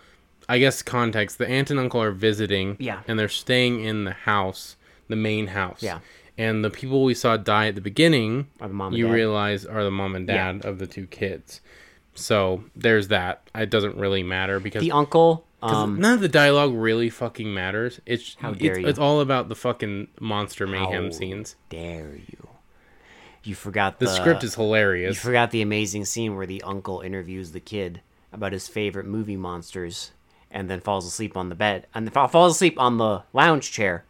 [SPEAKER 1] I guess context. The aunt and uncle are visiting,
[SPEAKER 2] Yeah.
[SPEAKER 1] and they're staying in the house, the main house,
[SPEAKER 2] Yeah.
[SPEAKER 1] And the people we saw die at the beginning
[SPEAKER 2] Are the mom and
[SPEAKER 1] you
[SPEAKER 2] dad.
[SPEAKER 1] realize are the mom and dad of the two kids. So there's that. It doesn't really matter because
[SPEAKER 2] The uncle.
[SPEAKER 1] 'cause
[SPEAKER 2] Um,
[SPEAKER 1] none of the dialogue really fucking matters. It's
[SPEAKER 2] How
[SPEAKER 1] it's,
[SPEAKER 2] dare you.
[SPEAKER 1] it's all about the fucking monster mayhem
[SPEAKER 2] How
[SPEAKER 1] scenes.
[SPEAKER 2] dare you? You forgot the,
[SPEAKER 1] The script is
[SPEAKER 2] You
[SPEAKER 1] hilarious.
[SPEAKER 2] forgot the amazing scene where the uncle interviews the kid about his favorite movie monsters, and then falls asleep on the bed and fa- falls asleep on the lounge chair,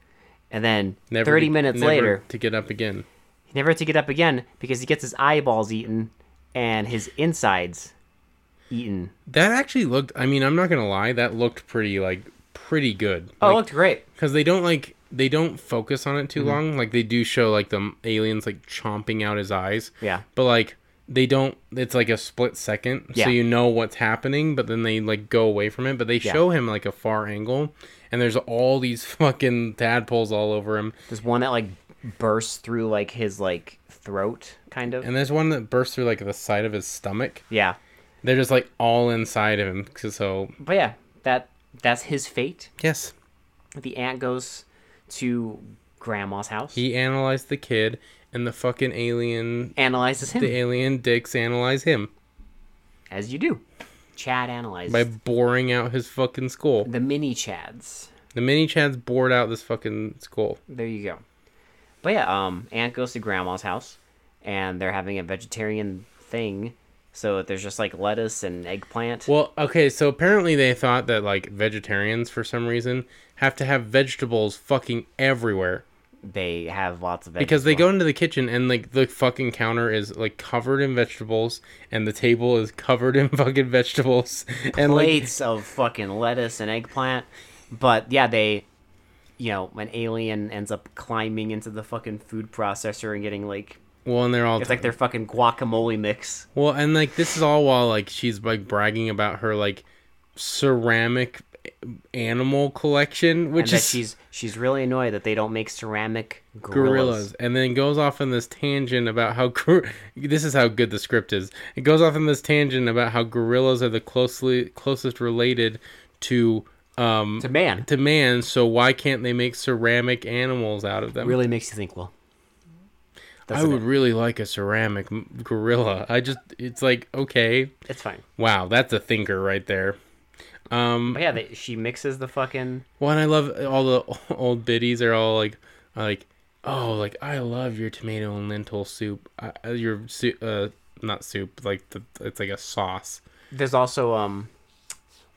[SPEAKER 2] and then
[SPEAKER 1] Never
[SPEAKER 2] thirty
[SPEAKER 1] to-
[SPEAKER 2] minutes
[SPEAKER 1] never
[SPEAKER 2] later,
[SPEAKER 1] to get up again.
[SPEAKER 2] never to get up again because he gets his eyeballs eaten and his insides eaten.
[SPEAKER 1] That actually looked. I mean, I'm not gonna lie. That looked pretty like pretty good.
[SPEAKER 2] Oh, it looked great.
[SPEAKER 1] because they don't like they don't focus on it
[SPEAKER 2] Mm-hmm.
[SPEAKER 1] too long. Like they do show like the m- aliens like chomping out his eyes.
[SPEAKER 2] Yeah.
[SPEAKER 1] But like they don't. It's like a split second,
[SPEAKER 2] Yeah.
[SPEAKER 1] so you know what's happening. But then they like go away from it. But they show him like a far angle, and there's all these (laughs) fucking tadpoles all over him.
[SPEAKER 2] There's one that like bursts through like his like throat, kind of.
[SPEAKER 1] And there's one that bursts through like the side of his stomach.
[SPEAKER 2] yeah,
[SPEAKER 1] They're just like all inside of him. 'Cause- So
[SPEAKER 2] but yeah, that that's his fate.
[SPEAKER 1] yes,
[SPEAKER 2] The aunt goes to grandma's house,
[SPEAKER 1] he analyzed the kid, and the fucking alien,
[SPEAKER 2] analyzes him
[SPEAKER 1] the alien dicks analyze him.
[SPEAKER 2] as you do. Chad analyzes
[SPEAKER 1] by boring out his fucking school.
[SPEAKER 2] the mini Chads.
[SPEAKER 1] The mini Chad's bored out this fucking school.
[SPEAKER 2] There you go. But yeah, um, aunt goes to grandma's house, and they're having a vegetarian thing. So there's just like lettuce and eggplant.
[SPEAKER 1] Well, okay, so apparently they thought that like vegetarians for some reason have to have vegetables fucking everywhere
[SPEAKER 2] they have lots of
[SPEAKER 1] because they
[SPEAKER 2] vegetables.
[SPEAKER 1] go into the kitchen and like the fucking counter is like covered in vegetables and the table is covered in (laughs) fucking vegetables and like
[SPEAKER 2] plates of fucking lettuce and eggplant. But yeah, they, you know, an alien ends up climbing into the fucking food processor and getting like
[SPEAKER 1] well and they're all
[SPEAKER 2] it's like their fucking guacamole mix.
[SPEAKER 1] well and like this is all while like she's like bragging about her like ceramic animal collection
[SPEAKER 2] And
[SPEAKER 1] which
[SPEAKER 2] that
[SPEAKER 1] is
[SPEAKER 2] she's she's really annoyed that they don't make ceramic gorillas.
[SPEAKER 1] gorillas and then goes off on this tangent about how gor- (laughs) this is how good the script is it goes off on this tangent about how gorillas are the closely closest related to um
[SPEAKER 2] To man,
[SPEAKER 1] to man so why can't they make ceramic animals out of them
[SPEAKER 2] really makes you think. Well,
[SPEAKER 1] i
[SPEAKER 2] doesn't
[SPEAKER 1] would really like a ceramic m- gorilla i just it's like okay
[SPEAKER 2] it? It's fine.
[SPEAKER 1] wow that's a thinker right there
[SPEAKER 2] But yeah, they, she mixes the fucking.
[SPEAKER 1] Well, and I love all the (laughs) old biddies are all like, are like, oh, like I love your tomato and lentil soup. I, I- your soup, uh, not soup, like the, it's like a sauce.
[SPEAKER 2] There's also um,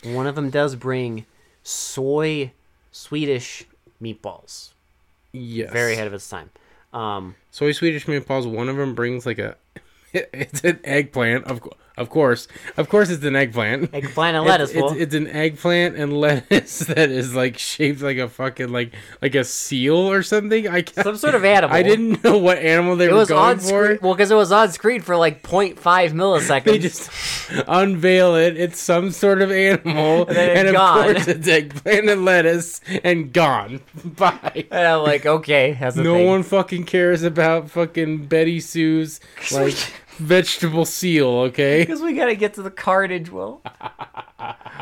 [SPEAKER 2] one of them does bring soy Swedish meatballs.
[SPEAKER 1] Yes,
[SPEAKER 2] Very ahead of its time. Um,
[SPEAKER 1] Soy Swedish meatballs. One of them brings like a, (laughs) it's an eggplant. Of cou- of course, of course, it's an eggplant.
[SPEAKER 2] eggplant and
[SPEAKER 1] It's-
[SPEAKER 2] lettuce.
[SPEAKER 1] It's,
[SPEAKER 2] well,
[SPEAKER 1] it's, an eggplant and (laughs) lettuce that is like shaped like a fucking like like a seal or something. I can't,
[SPEAKER 2] some sort of animal.
[SPEAKER 1] I didn't know what animal they
[SPEAKER 2] It
[SPEAKER 1] were
[SPEAKER 2] was
[SPEAKER 1] going
[SPEAKER 2] on
[SPEAKER 1] for.
[SPEAKER 2] screen. Well, because it was on screen for like 0.5 milliseconds.
[SPEAKER 1] they just unveil it. It's some sort of animal, and,
[SPEAKER 2] then
[SPEAKER 1] of
[SPEAKER 2] gone.
[SPEAKER 1] course it's eggplant and lettuce, and gone. (laughs) Bye.
[SPEAKER 2] and I'm like, okay, that's a
[SPEAKER 1] No
[SPEAKER 2] thing.
[SPEAKER 1] one fucking cares about fucking Betty
[SPEAKER 2] (laughs)
[SPEAKER 1] Sue's like vegetable seal. Okay.
[SPEAKER 2] Because we gotta get to the carnage, Will.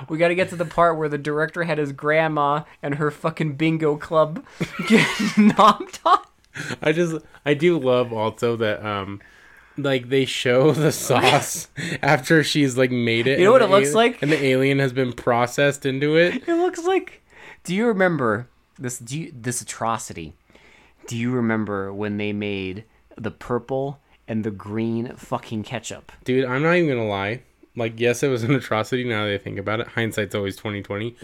[SPEAKER 2] we gotta get to the part where the director had his grandma and her fucking bingo club (laughs) get knocked on.
[SPEAKER 1] I just I do love also that um like they show (laughs) the
[SPEAKER 2] (laughs)
[SPEAKER 1] sauce after she's like made it.
[SPEAKER 2] You know
[SPEAKER 1] and
[SPEAKER 2] what
[SPEAKER 1] the
[SPEAKER 2] it looks
[SPEAKER 1] ali-
[SPEAKER 2] like?
[SPEAKER 1] And the alien has been processed into it.
[SPEAKER 2] It looks like. Do you remember this? Do you, this atrocity? Do you remember when they made the purple and the green fucking ketchup?
[SPEAKER 1] Dude, I'm not even gonna lie. Like, yes, it was an (laughs) atrocity. Now that I think about it, hindsight's always twenty twenty.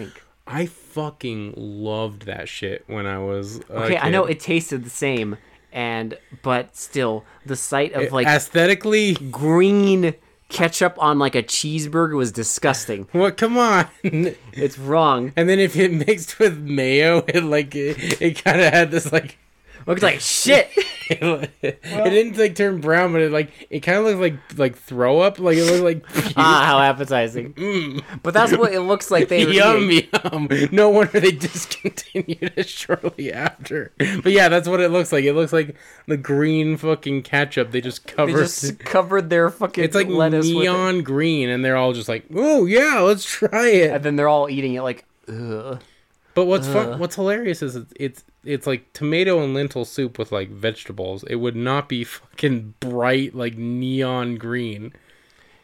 [SPEAKER 1] I fucking loved that shit when I was.
[SPEAKER 2] Okay, I know it tasted the same, and but still, the sight of like
[SPEAKER 1] aesthetically. (laughs)
[SPEAKER 2] green ketchup on like a cheeseburger was disgusting.
[SPEAKER 1] What? Come on. (laughs) and
[SPEAKER 2] It's wrong.
[SPEAKER 1] then if it mixed with mayo, (laughs) it like it, it kind of had this like. (laughs)
[SPEAKER 2] Looked like shit.
[SPEAKER 1] It, it didn't like turn brown, but it like it kind of looked like like throw up. Like it looked
[SPEAKER 2] (laughs)
[SPEAKER 1] like
[SPEAKER 2] ah, how appetizing.
[SPEAKER 1] Mm.
[SPEAKER 2] But that's what it looks like
[SPEAKER 1] (laughs)
[SPEAKER 2] they were
[SPEAKER 1] yum
[SPEAKER 2] eating.
[SPEAKER 1] yum. No wonder they (laughs) discontinued it shortly after. But yeah, that's what it looks like. It looks like the green fucking ketchup. They just
[SPEAKER 2] They
[SPEAKER 1] covered.
[SPEAKER 2] just covered their fucking
[SPEAKER 1] it's like
[SPEAKER 2] lettuce with it.
[SPEAKER 1] neon green, and they're all just like, "Oh yeah, let's try
[SPEAKER 2] And
[SPEAKER 1] it."
[SPEAKER 2] then they're all eating it like, ugh.
[SPEAKER 1] But what's
[SPEAKER 2] uh.
[SPEAKER 1] fun, what's hilarious is it's, it's it's like tomato and lentil soup with like vegetables. It would not be fucking bright like neon green.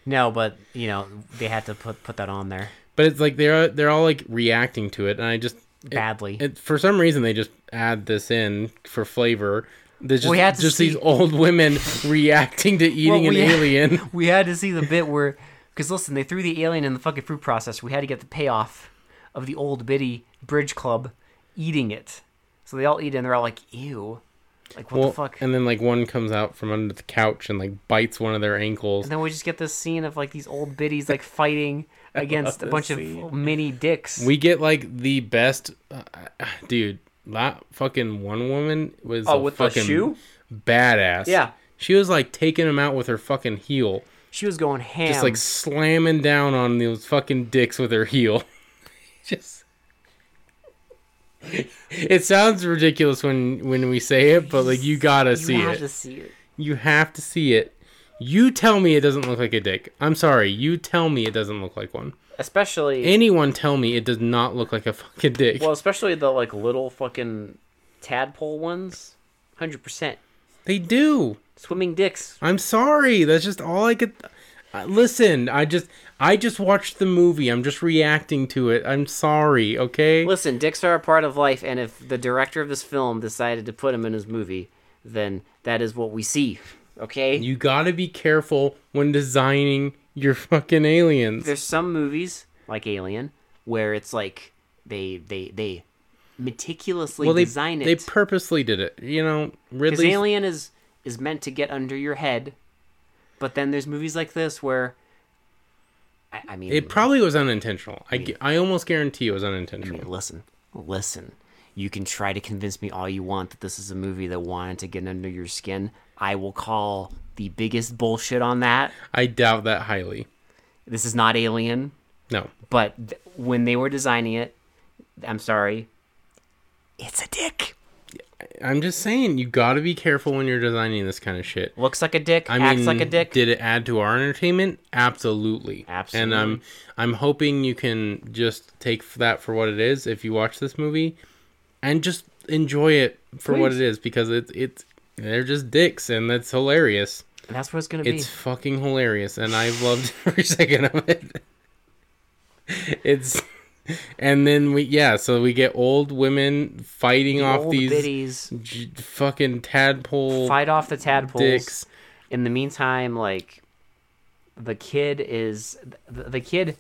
[SPEAKER 3] No, but you know they had to put put that on there
[SPEAKER 1] But it's like they're they're all like reacting to it, and I just it-
[SPEAKER 3] badly.
[SPEAKER 1] it, for some reason they just add this in for flavor. There's just,
[SPEAKER 3] We had to
[SPEAKER 1] just
[SPEAKER 3] see-
[SPEAKER 1] these old women (laughs) reacting to eating
[SPEAKER 3] Well,
[SPEAKER 1] an
[SPEAKER 3] we- (laughs)
[SPEAKER 1] alien.
[SPEAKER 3] we had to see the bit where, because listen, they threw the alien in the fucking food processor. We had to get the payoff of the old biddy bridge club eating it. So they all eat it and they're all like, "Ew, like what
[SPEAKER 1] Well,
[SPEAKER 3] the fuck." And,
[SPEAKER 1] and then like one comes out from under the couch and like bites one of their ankles.
[SPEAKER 3] then we just get this scene of like these old biddies like
[SPEAKER 1] (laughs)
[SPEAKER 3] fighting against a
[SPEAKER 1] this
[SPEAKER 3] bunch of
[SPEAKER 1] scene.
[SPEAKER 3] mini dicks.
[SPEAKER 1] We get like the best, uh, uh, dude. That fucking one woman was
[SPEAKER 3] Oh,
[SPEAKER 1] a
[SPEAKER 3] with the
[SPEAKER 1] fucking
[SPEAKER 3] shoe?
[SPEAKER 1] badass.
[SPEAKER 3] Yeah.
[SPEAKER 1] she was like taking him out with her fucking heel,
[SPEAKER 3] she was going ham.
[SPEAKER 1] just like slamming down on those fucking dicks with her heel. (laughs) just. It sounds ridiculous when when we say it, but like you gotta see
[SPEAKER 3] you
[SPEAKER 1] it.
[SPEAKER 3] to see it.
[SPEAKER 1] You have to see it. You tell me it doesn't look like a dick. I'm sorry. You tell me it doesn't look like one.
[SPEAKER 2] especially
[SPEAKER 1] Anyone tell me it does not look like a fucking dick.
[SPEAKER 2] well, especially the like little fucking tadpole ones. Hundred percent
[SPEAKER 1] they do.
[SPEAKER 2] swimming dicks.
[SPEAKER 1] I'm sorry. That's just all I could. Uh, listen, I just I just watched the movie. I'm just reacting to it. I'm sorry. Okay.
[SPEAKER 2] Listen, dicks are a part of life, and if the director of this film decided to put them in his movie, then that is what we see. Okay.
[SPEAKER 1] You gotta be careful when designing your fucking aliens.
[SPEAKER 2] There's some movies like Alien where it's like they they they meticulously
[SPEAKER 1] well, they
[SPEAKER 2] design
[SPEAKER 1] they
[SPEAKER 2] it
[SPEAKER 1] purposely did it. You know,
[SPEAKER 2] because
[SPEAKER 1] Ridley.
[SPEAKER 2] Alien is is meant to get under your head, but then there's movies like this where. I, I mean,
[SPEAKER 1] It probably was unintentional. I, gu- I almost guarantee it was unintentional.
[SPEAKER 2] Hey, listen, listen. You can try to convince me all you want that this is a movie that wanted to get under your skin. I will call the biggest bullshit on that.
[SPEAKER 1] I doubt that highly.
[SPEAKER 2] This is not Alien,
[SPEAKER 1] No.
[SPEAKER 2] but th- when they were designing it, I'm sorry, it's a dick.
[SPEAKER 1] I'm just saying, you gotta be careful when you're designing this kind of shit.
[SPEAKER 2] Looks like a dick,
[SPEAKER 1] I
[SPEAKER 2] acts
[SPEAKER 1] mean,
[SPEAKER 2] like a dick.
[SPEAKER 1] did it add to our entertainment? Absolutely.
[SPEAKER 2] Absolutely.
[SPEAKER 1] And I'm I'm hoping you can just take f- that for what it is if you watch this movie, and just enjoy it for what it is because it's it's they're just dicks and that's hilarious.
[SPEAKER 2] and that's what it's gonna
[SPEAKER 1] It's fucking hilarious, and I've loved (laughs) every second of it. It's, and then we yeah, so we get old women fighting
[SPEAKER 2] be.
[SPEAKER 1] off
[SPEAKER 2] Old
[SPEAKER 1] these
[SPEAKER 2] biddies
[SPEAKER 1] j- fucking tadpole
[SPEAKER 2] fight off the tadpoles.
[SPEAKER 1] dicks.
[SPEAKER 2] in the meantime, like the kid is the, the kid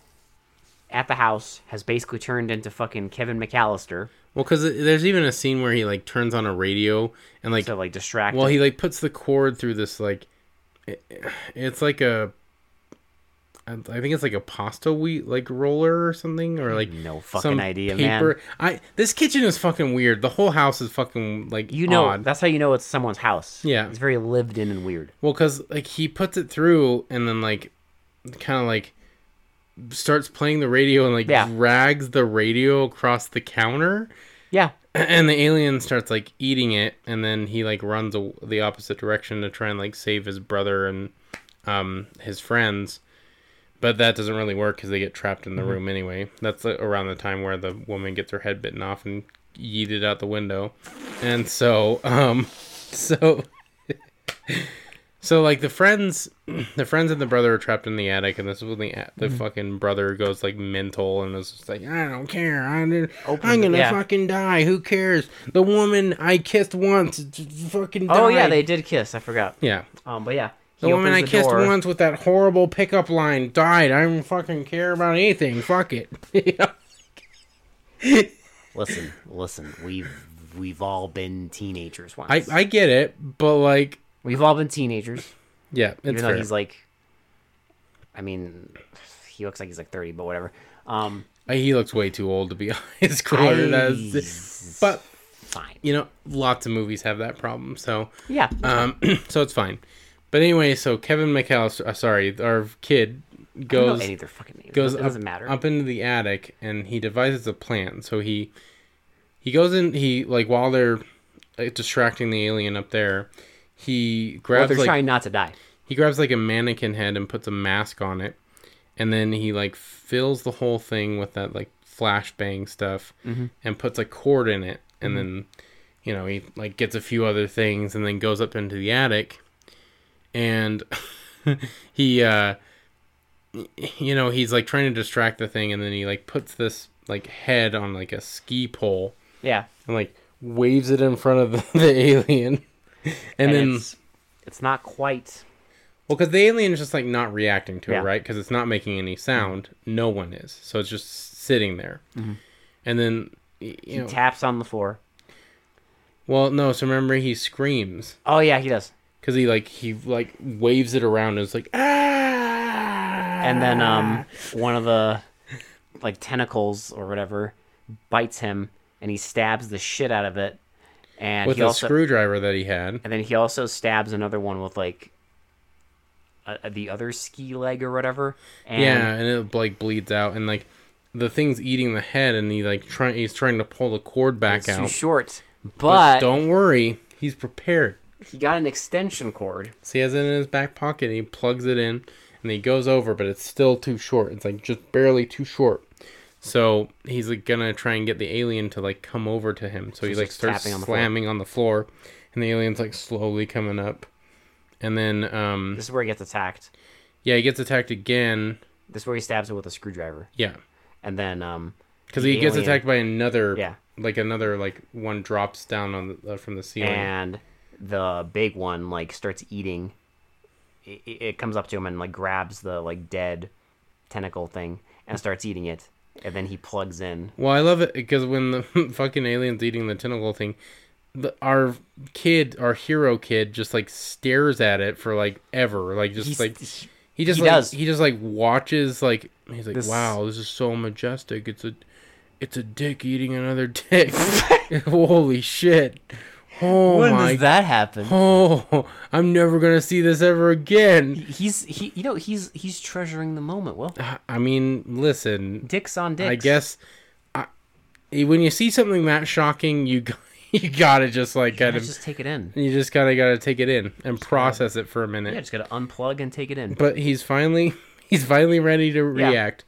[SPEAKER 2] at the house has basically turned into fucking Kevin McAllister
[SPEAKER 1] Well, because there's even a scene where he like turns on a radio and like
[SPEAKER 2] to like distract.
[SPEAKER 1] well
[SPEAKER 2] him.
[SPEAKER 1] he like puts the cord through this like it- it's like a I I think it's like a pasta wheat like roller or something or like
[SPEAKER 2] No fucking idea, man.
[SPEAKER 1] I this kitchen is fucking weird. The whole house is fucking like
[SPEAKER 2] you know
[SPEAKER 1] odd.
[SPEAKER 2] that's how you know it's someone's house.
[SPEAKER 1] Yeah.
[SPEAKER 2] it's very lived in and weird.
[SPEAKER 1] Well, because like he puts it through and then like kind of like starts playing the radio and like
[SPEAKER 2] Yeah.
[SPEAKER 1] drags the radio across the counter.
[SPEAKER 2] Yeah,
[SPEAKER 1] (clears throat) and the alien starts like eating it and then he like runs a- the opposite direction to try and like save his brother and um his friends but that doesn't really work because they get trapped in the room anyway that's like, around the time where the woman gets her head bitten off and yeeted out the window and so um (laughs) so so like the friends (clears throat) the friends and the brother are trapped in the attic and this is when the a- the fucking brother goes like mental and is just like i don't care i'm, I'm gonna
[SPEAKER 2] yeah.
[SPEAKER 1] fucking die who cares the woman i kissed once j- j- fucking died.
[SPEAKER 2] oh yeah, they did kiss. I forgot.
[SPEAKER 1] yeah
[SPEAKER 2] Um, but yeah, he
[SPEAKER 1] the woman i
[SPEAKER 2] opens
[SPEAKER 1] kissed
[SPEAKER 2] door.
[SPEAKER 1] once with that horrible pickup line died i don't fucking care about anything fuck it yeah.
[SPEAKER 2] Listen, listen, we've we've all been teenagers once.
[SPEAKER 1] i i get it but like
[SPEAKER 2] we've all been teenagers.
[SPEAKER 1] yeah it's
[SPEAKER 2] even though
[SPEAKER 1] fair.
[SPEAKER 2] he's like, I mean, he looks like he's like thirty, but whatever. Um,
[SPEAKER 1] he looks way too old to be (laughs) honest Crawler. That's- but
[SPEAKER 2] fine.
[SPEAKER 1] you know lots of movies have that problem so
[SPEAKER 2] Yeah.
[SPEAKER 1] Um, (clears throat) so it's fine. But anyway, so Kevin McAllister, uh, sorry, our kid
[SPEAKER 2] I don't
[SPEAKER 1] goes
[SPEAKER 2] know any of their fucking names.
[SPEAKER 1] goes
[SPEAKER 2] it
[SPEAKER 1] up,
[SPEAKER 2] doesn't matter.
[SPEAKER 1] up into the attic and he devises a plan. So he he goes in. He like while they're like, distracting the alien up there, he
[SPEAKER 2] well,
[SPEAKER 1] grabs
[SPEAKER 2] they're
[SPEAKER 1] like
[SPEAKER 2] trying not to die.
[SPEAKER 1] he grabs like a mannequin head and puts a mask on it, and then he like fills the whole thing with that like flashbang stuff
[SPEAKER 2] Mm-hmm.
[SPEAKER 1] and puts a cord in it, and then you know he like gets a few other things and (laughs) then goes up into the attic, and he uh you know, he's like trying to distract the thing, and then he like puts this like head on like a ski pole
[SPEAKER 2] Yeah.
[SPEAKER 1] and like waves it in front of (laughs) the, the alien, and,
[SPEAKER 2] And,
[SPEAKER 1] then
[SPEAKER 2] it's, it's not quite.
[SPEAKER 1] well, because the alien is just like not reacting to
[SPEAKER 2] Yeah.
[SPEAKER 1] it, right? Because it's not making any sound. No one is, so it's just sitting there, and then y- you know,
[SPEAKER 2] Mm-hmm. He taps on the floor.
[SPEAKER 1] well, no. So remember, he screams.
[SPEAKER 2] Oh yeah, he does.
[SPEAKER 1] because he like he like waves it around and it's like ah
[SPEAKER 2] And then um, one of the like tentacles or whatever bites him, and he stabs the shit out of it. And
[SPEAKER 1] with
[SPEAKER 2] he
[SPEAKER 1] a
[SPEAKER 2] also
[SPEAKER 1] screwdriver that he had
[SPEAKER 2] and then he also stabs another one with like uh, the other ski leg or whatever. And
[SPEAKER 1] yeah and it like bleeds out and like the thing's eating the head and he like trying he's trying to pull the cord back
[SPEAKER 2] it's
[SPEAKER 1] out
[SPEAKER 2] too short,
[SPEAKER 1] but
[SPEAKER 2] but,
[SPEAKER 1] don't worry he's prepared
[SPEAKER 2] he got an extension cord.
[SPEAKER 1] so he has it in his back pocket and he plugs it in and he goes over but it's still too short it's like just barely too short so he's like gonna try and get the alien to like come over to him so, he
[SPEAKER 2] he's
[SPEAKER 1] like
[SPEAKER 2] just
[SPEAKER 1] starts
[SPEAKER 2] tapping on the floor.
[SPEAKER 1] slamming on the floor and the alien's like slowly coming up and then um
[SPEAKER 2] This is where he gets attacked.
[SPEAKER 1] Yeah, he gets attacked again.
[SPEAKER 2] This is where he stabs it with a screwdriver,
[SPEAKER 1] Yeah,
[SPEAKER 2] and then um,
[SPEAKER 1] because
[SPEAKER 2] The
[SPEAKER 1] he gets
[SPEAKER 2] alien.
[SPEAKER 1] attacked by another.
[SPEAKER 2] Yeah.
[SPEAKER 1] like another like one drops down on the, uh, from the ceiling.
[SPEAKER 2] and the big one like starts eating it, it- it comes up to him and like grabs the like dead tentacle thing and starts eating it and then he plugs in
[SPEAKER 1] Well, I love it because when the (laughs) fucking alien's eating the tentacle thing, the, our kid, our hero kid, just like stares at it for like ever. Like just
[SPEAKER 2] He's-
[SPEAKER 1] like
[SPEAKER 2] he-
[SPEAKER 1] he just
[SPEAKER 2] he
[SPEAKER 1] like,
[SPEAKER 2] does.
[SPEAKER 1] he just like watches like he's like
[SPEAKER 2] This-
[SPEAKER 1] wow this is so majestic. It's a it's a dick eating another
[SPEAKER 2] (laughs)
[SPEAKER 1] dick. (laughs) Holy shit! Oh my
[SPEAKER 4] that happen?
[SPEAKER 1] (laughs) Oh, I'm never gonna see this ever again.
[SPEAKER 2] he's he you know he's he's treasuring the moment well
[SPEAKER 1] I mean, listen.
[SPEAKER 2] dicks on dicks
[SPEAKER 1] Uh, I guess I, when you see something that shocking, you g- (laughs) you gotta just like kind
[SPEAKER 2] I
[SPEAKER 1] of
[SPEAKER 2] just take it in
[SPEAKER 1] you just kind of gotta take it in and process it for a minute.
[SPEAKER 2] yeah just gotta unplug and take it in
[SPEAKER 1] But he's finally (laughs) he's finally ready to
[SPEAKER 2] Yeah.
[SPEAKER 1] react.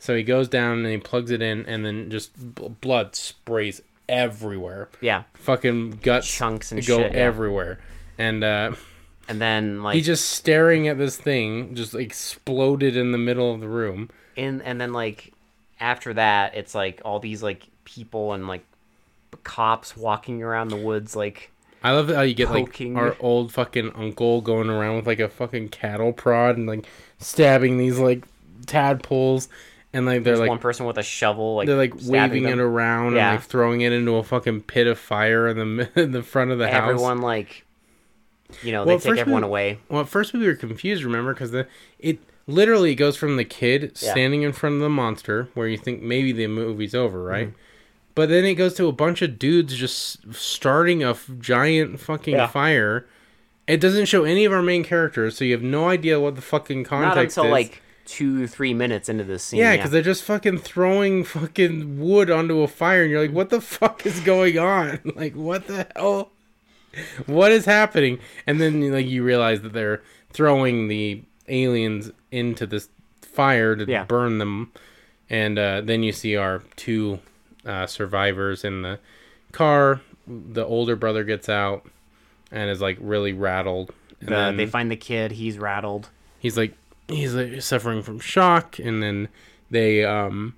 [SPEAKER 1] So he goes down and he plugs it in, and then just b- blood sprays everywhere.
[SPEAKER 2] yeah
[SPEAKER 1] Fucking guts
[SPEAKER 2] Chunks and
[SPEAKER 1] go
[SPEAKER 2] shit, yeah.
[SPEAKER 1] everywhere, and uh, (laughs)
[SPEAKER 2] and then like
[SPEAKER 1] he's just staring at this thing, just exploded in the middle of the room.
[SPEAKER 2] in and then like after that it's like all these like people and like cops walking around the woods like
[SPEAKER 1] I love how you get
[SPEAKER 2] Poking.
[SPEAKER 1] like our old fucking uncle going around with like a fucking cattle prod and like stabbing these like tadpoles, and like they're
[SPEAKER 2] There's
[SPEAKER 1] like
[SPEAKER 2] one person with a shovel,
[SPEAKER 1] (laughs)
[SPEAKER 2] like
[SPEAKER 1] they're like
[SPEAKER 2] stabbing
[SPEAKER 1] waving
[SPEAKER 2] them.
[SPEAKER 1] it around
[SPEAKER 2] Yeah.
[SPEAKER 1] and like throwing it into a fucking pit of fire in the (laughs) mi- in the front of the house.
[SPEAKER 2] Everyone like, you know,
[SPEAKER 1] Well,
[SPEAKER 2] they take
[SPEAKER 1] first
[SPEAKER 2] everyone
[SPEAKER 1] we-
[SPEAKER 2] away.
[SPEAKER 1] Well, at first we were confused, remember, because the it literally goes from the kid standing in front of the monster, where you think maybe the movie's over, right?
[SPEAKER 2] Mm-hmm.
[SPEAKER 1] But then it goes to a bunch of dudes just s- starting a f- giant fucking
[SPEAKER 2] Yeah.
[SPEAKER 1] fire. It doesn't show any of our main characters, so you have no idea what the fucking
[SPEAKER 2] Not
[SPEAKER 1] context
[SPEAKER 2] until
[SPEAKER 1] is.
[SPEAKER 2] like two, three minutes into this scene.
[SPEAKER 1] yeah, because they're just fucking throwing fucking wood onto a fire, and you're like, "What the fuck is going on? (laughs) Like, what the hell? What is happening?" And then like you realize that they're throwing the aliens into this fire to
[SPEAKER 2] Yeah.
[SPEAKER 1] burn them, and uh, then you see our two uh, survivors in the car. The older brother gets out and is like really rattled. And
[SPEAKER 2] The-
[SPEAKER 1] then-
[SPEAKER 2] Uh, they find the kid. He's rattled.
[SPEAKER 1] he's like he's like, suffering from shock and then they um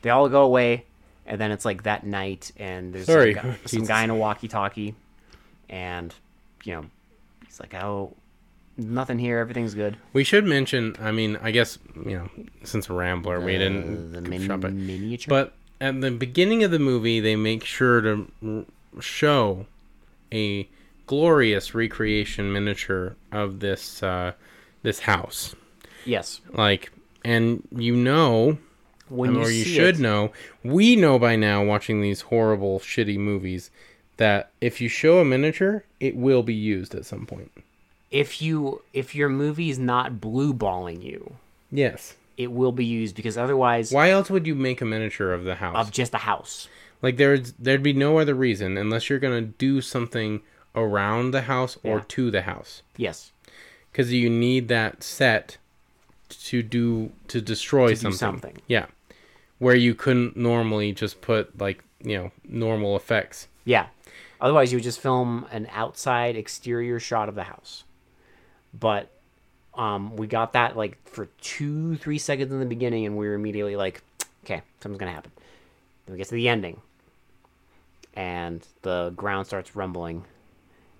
[SPEAKER 2] They all go away, and then it's like that night, and there's
[SPEAKER 1] Sorry. (laughs)
[SPEAKER 2] some, guy, some
[SPEAKER 1] Jesus.
[SPEAKER 2] guy in a walkie-talkie, and you know, he's like, "Oh, nothing here. Everything's good."
[SPEAKER 1] we should mention i mean i guess you know since we're rambler we
[SPEAKER 2] Uh, The
[SPEAKER 1] didn't
[SPEAKER 2] min-
[SPEAKER 1] shop it
[SPEAKER 2] miniature.
[SPEAKER 1] but at the beginning of the movie they make sure to r- show a glorious recreation miniature of this uh this house
[SPEAKER 2] yes,
[SPEAKER 1] like and you know
[SPEAKER 2] when
[SPEAKER 1] or
[SPEAKER 2] you,
[SPEAKER 1] you
[SPEAKER 2] see
[SPEAKER 1] should
[SPEAKER 2] it,
[SPEAKER 1] know we know by now watching these horrible shitty movies that if you show a miniature it will be used at some point
[SPEAKER 2] if you if your movie's not blue balling you,
[SPEAKER 1] yes
[SPEAKER 2] it will be used because otherwise
[SPEAKER 1] why else would you make a miniature of the house
[SPEAKER 2] of just a house.
[SPEAKER 1] like there's there'd be no other reason unless you're gonna do something around the house or
[SPEAKER 2] Yeah.
[SPEAKER 1] to the house
[SPEAKER 2] Yes.
[SPEAKER 1] because you need that set to do to destroy
[SPEAKER 2] do
[SPEAKER 1] something.
[SPEAKER 2] something.
[SPEAKER 1] yeah where you couldn't normally just put like you know normal effects
[SPEAKER 2] Yeah. Otherwise, you would just film an outside exterior shot of the house. But um, we got that like for two, three seconds in the beginning, and we were immediately like, okay, something's gonna happen. Then we get to the ending, and the ground starts rumbling,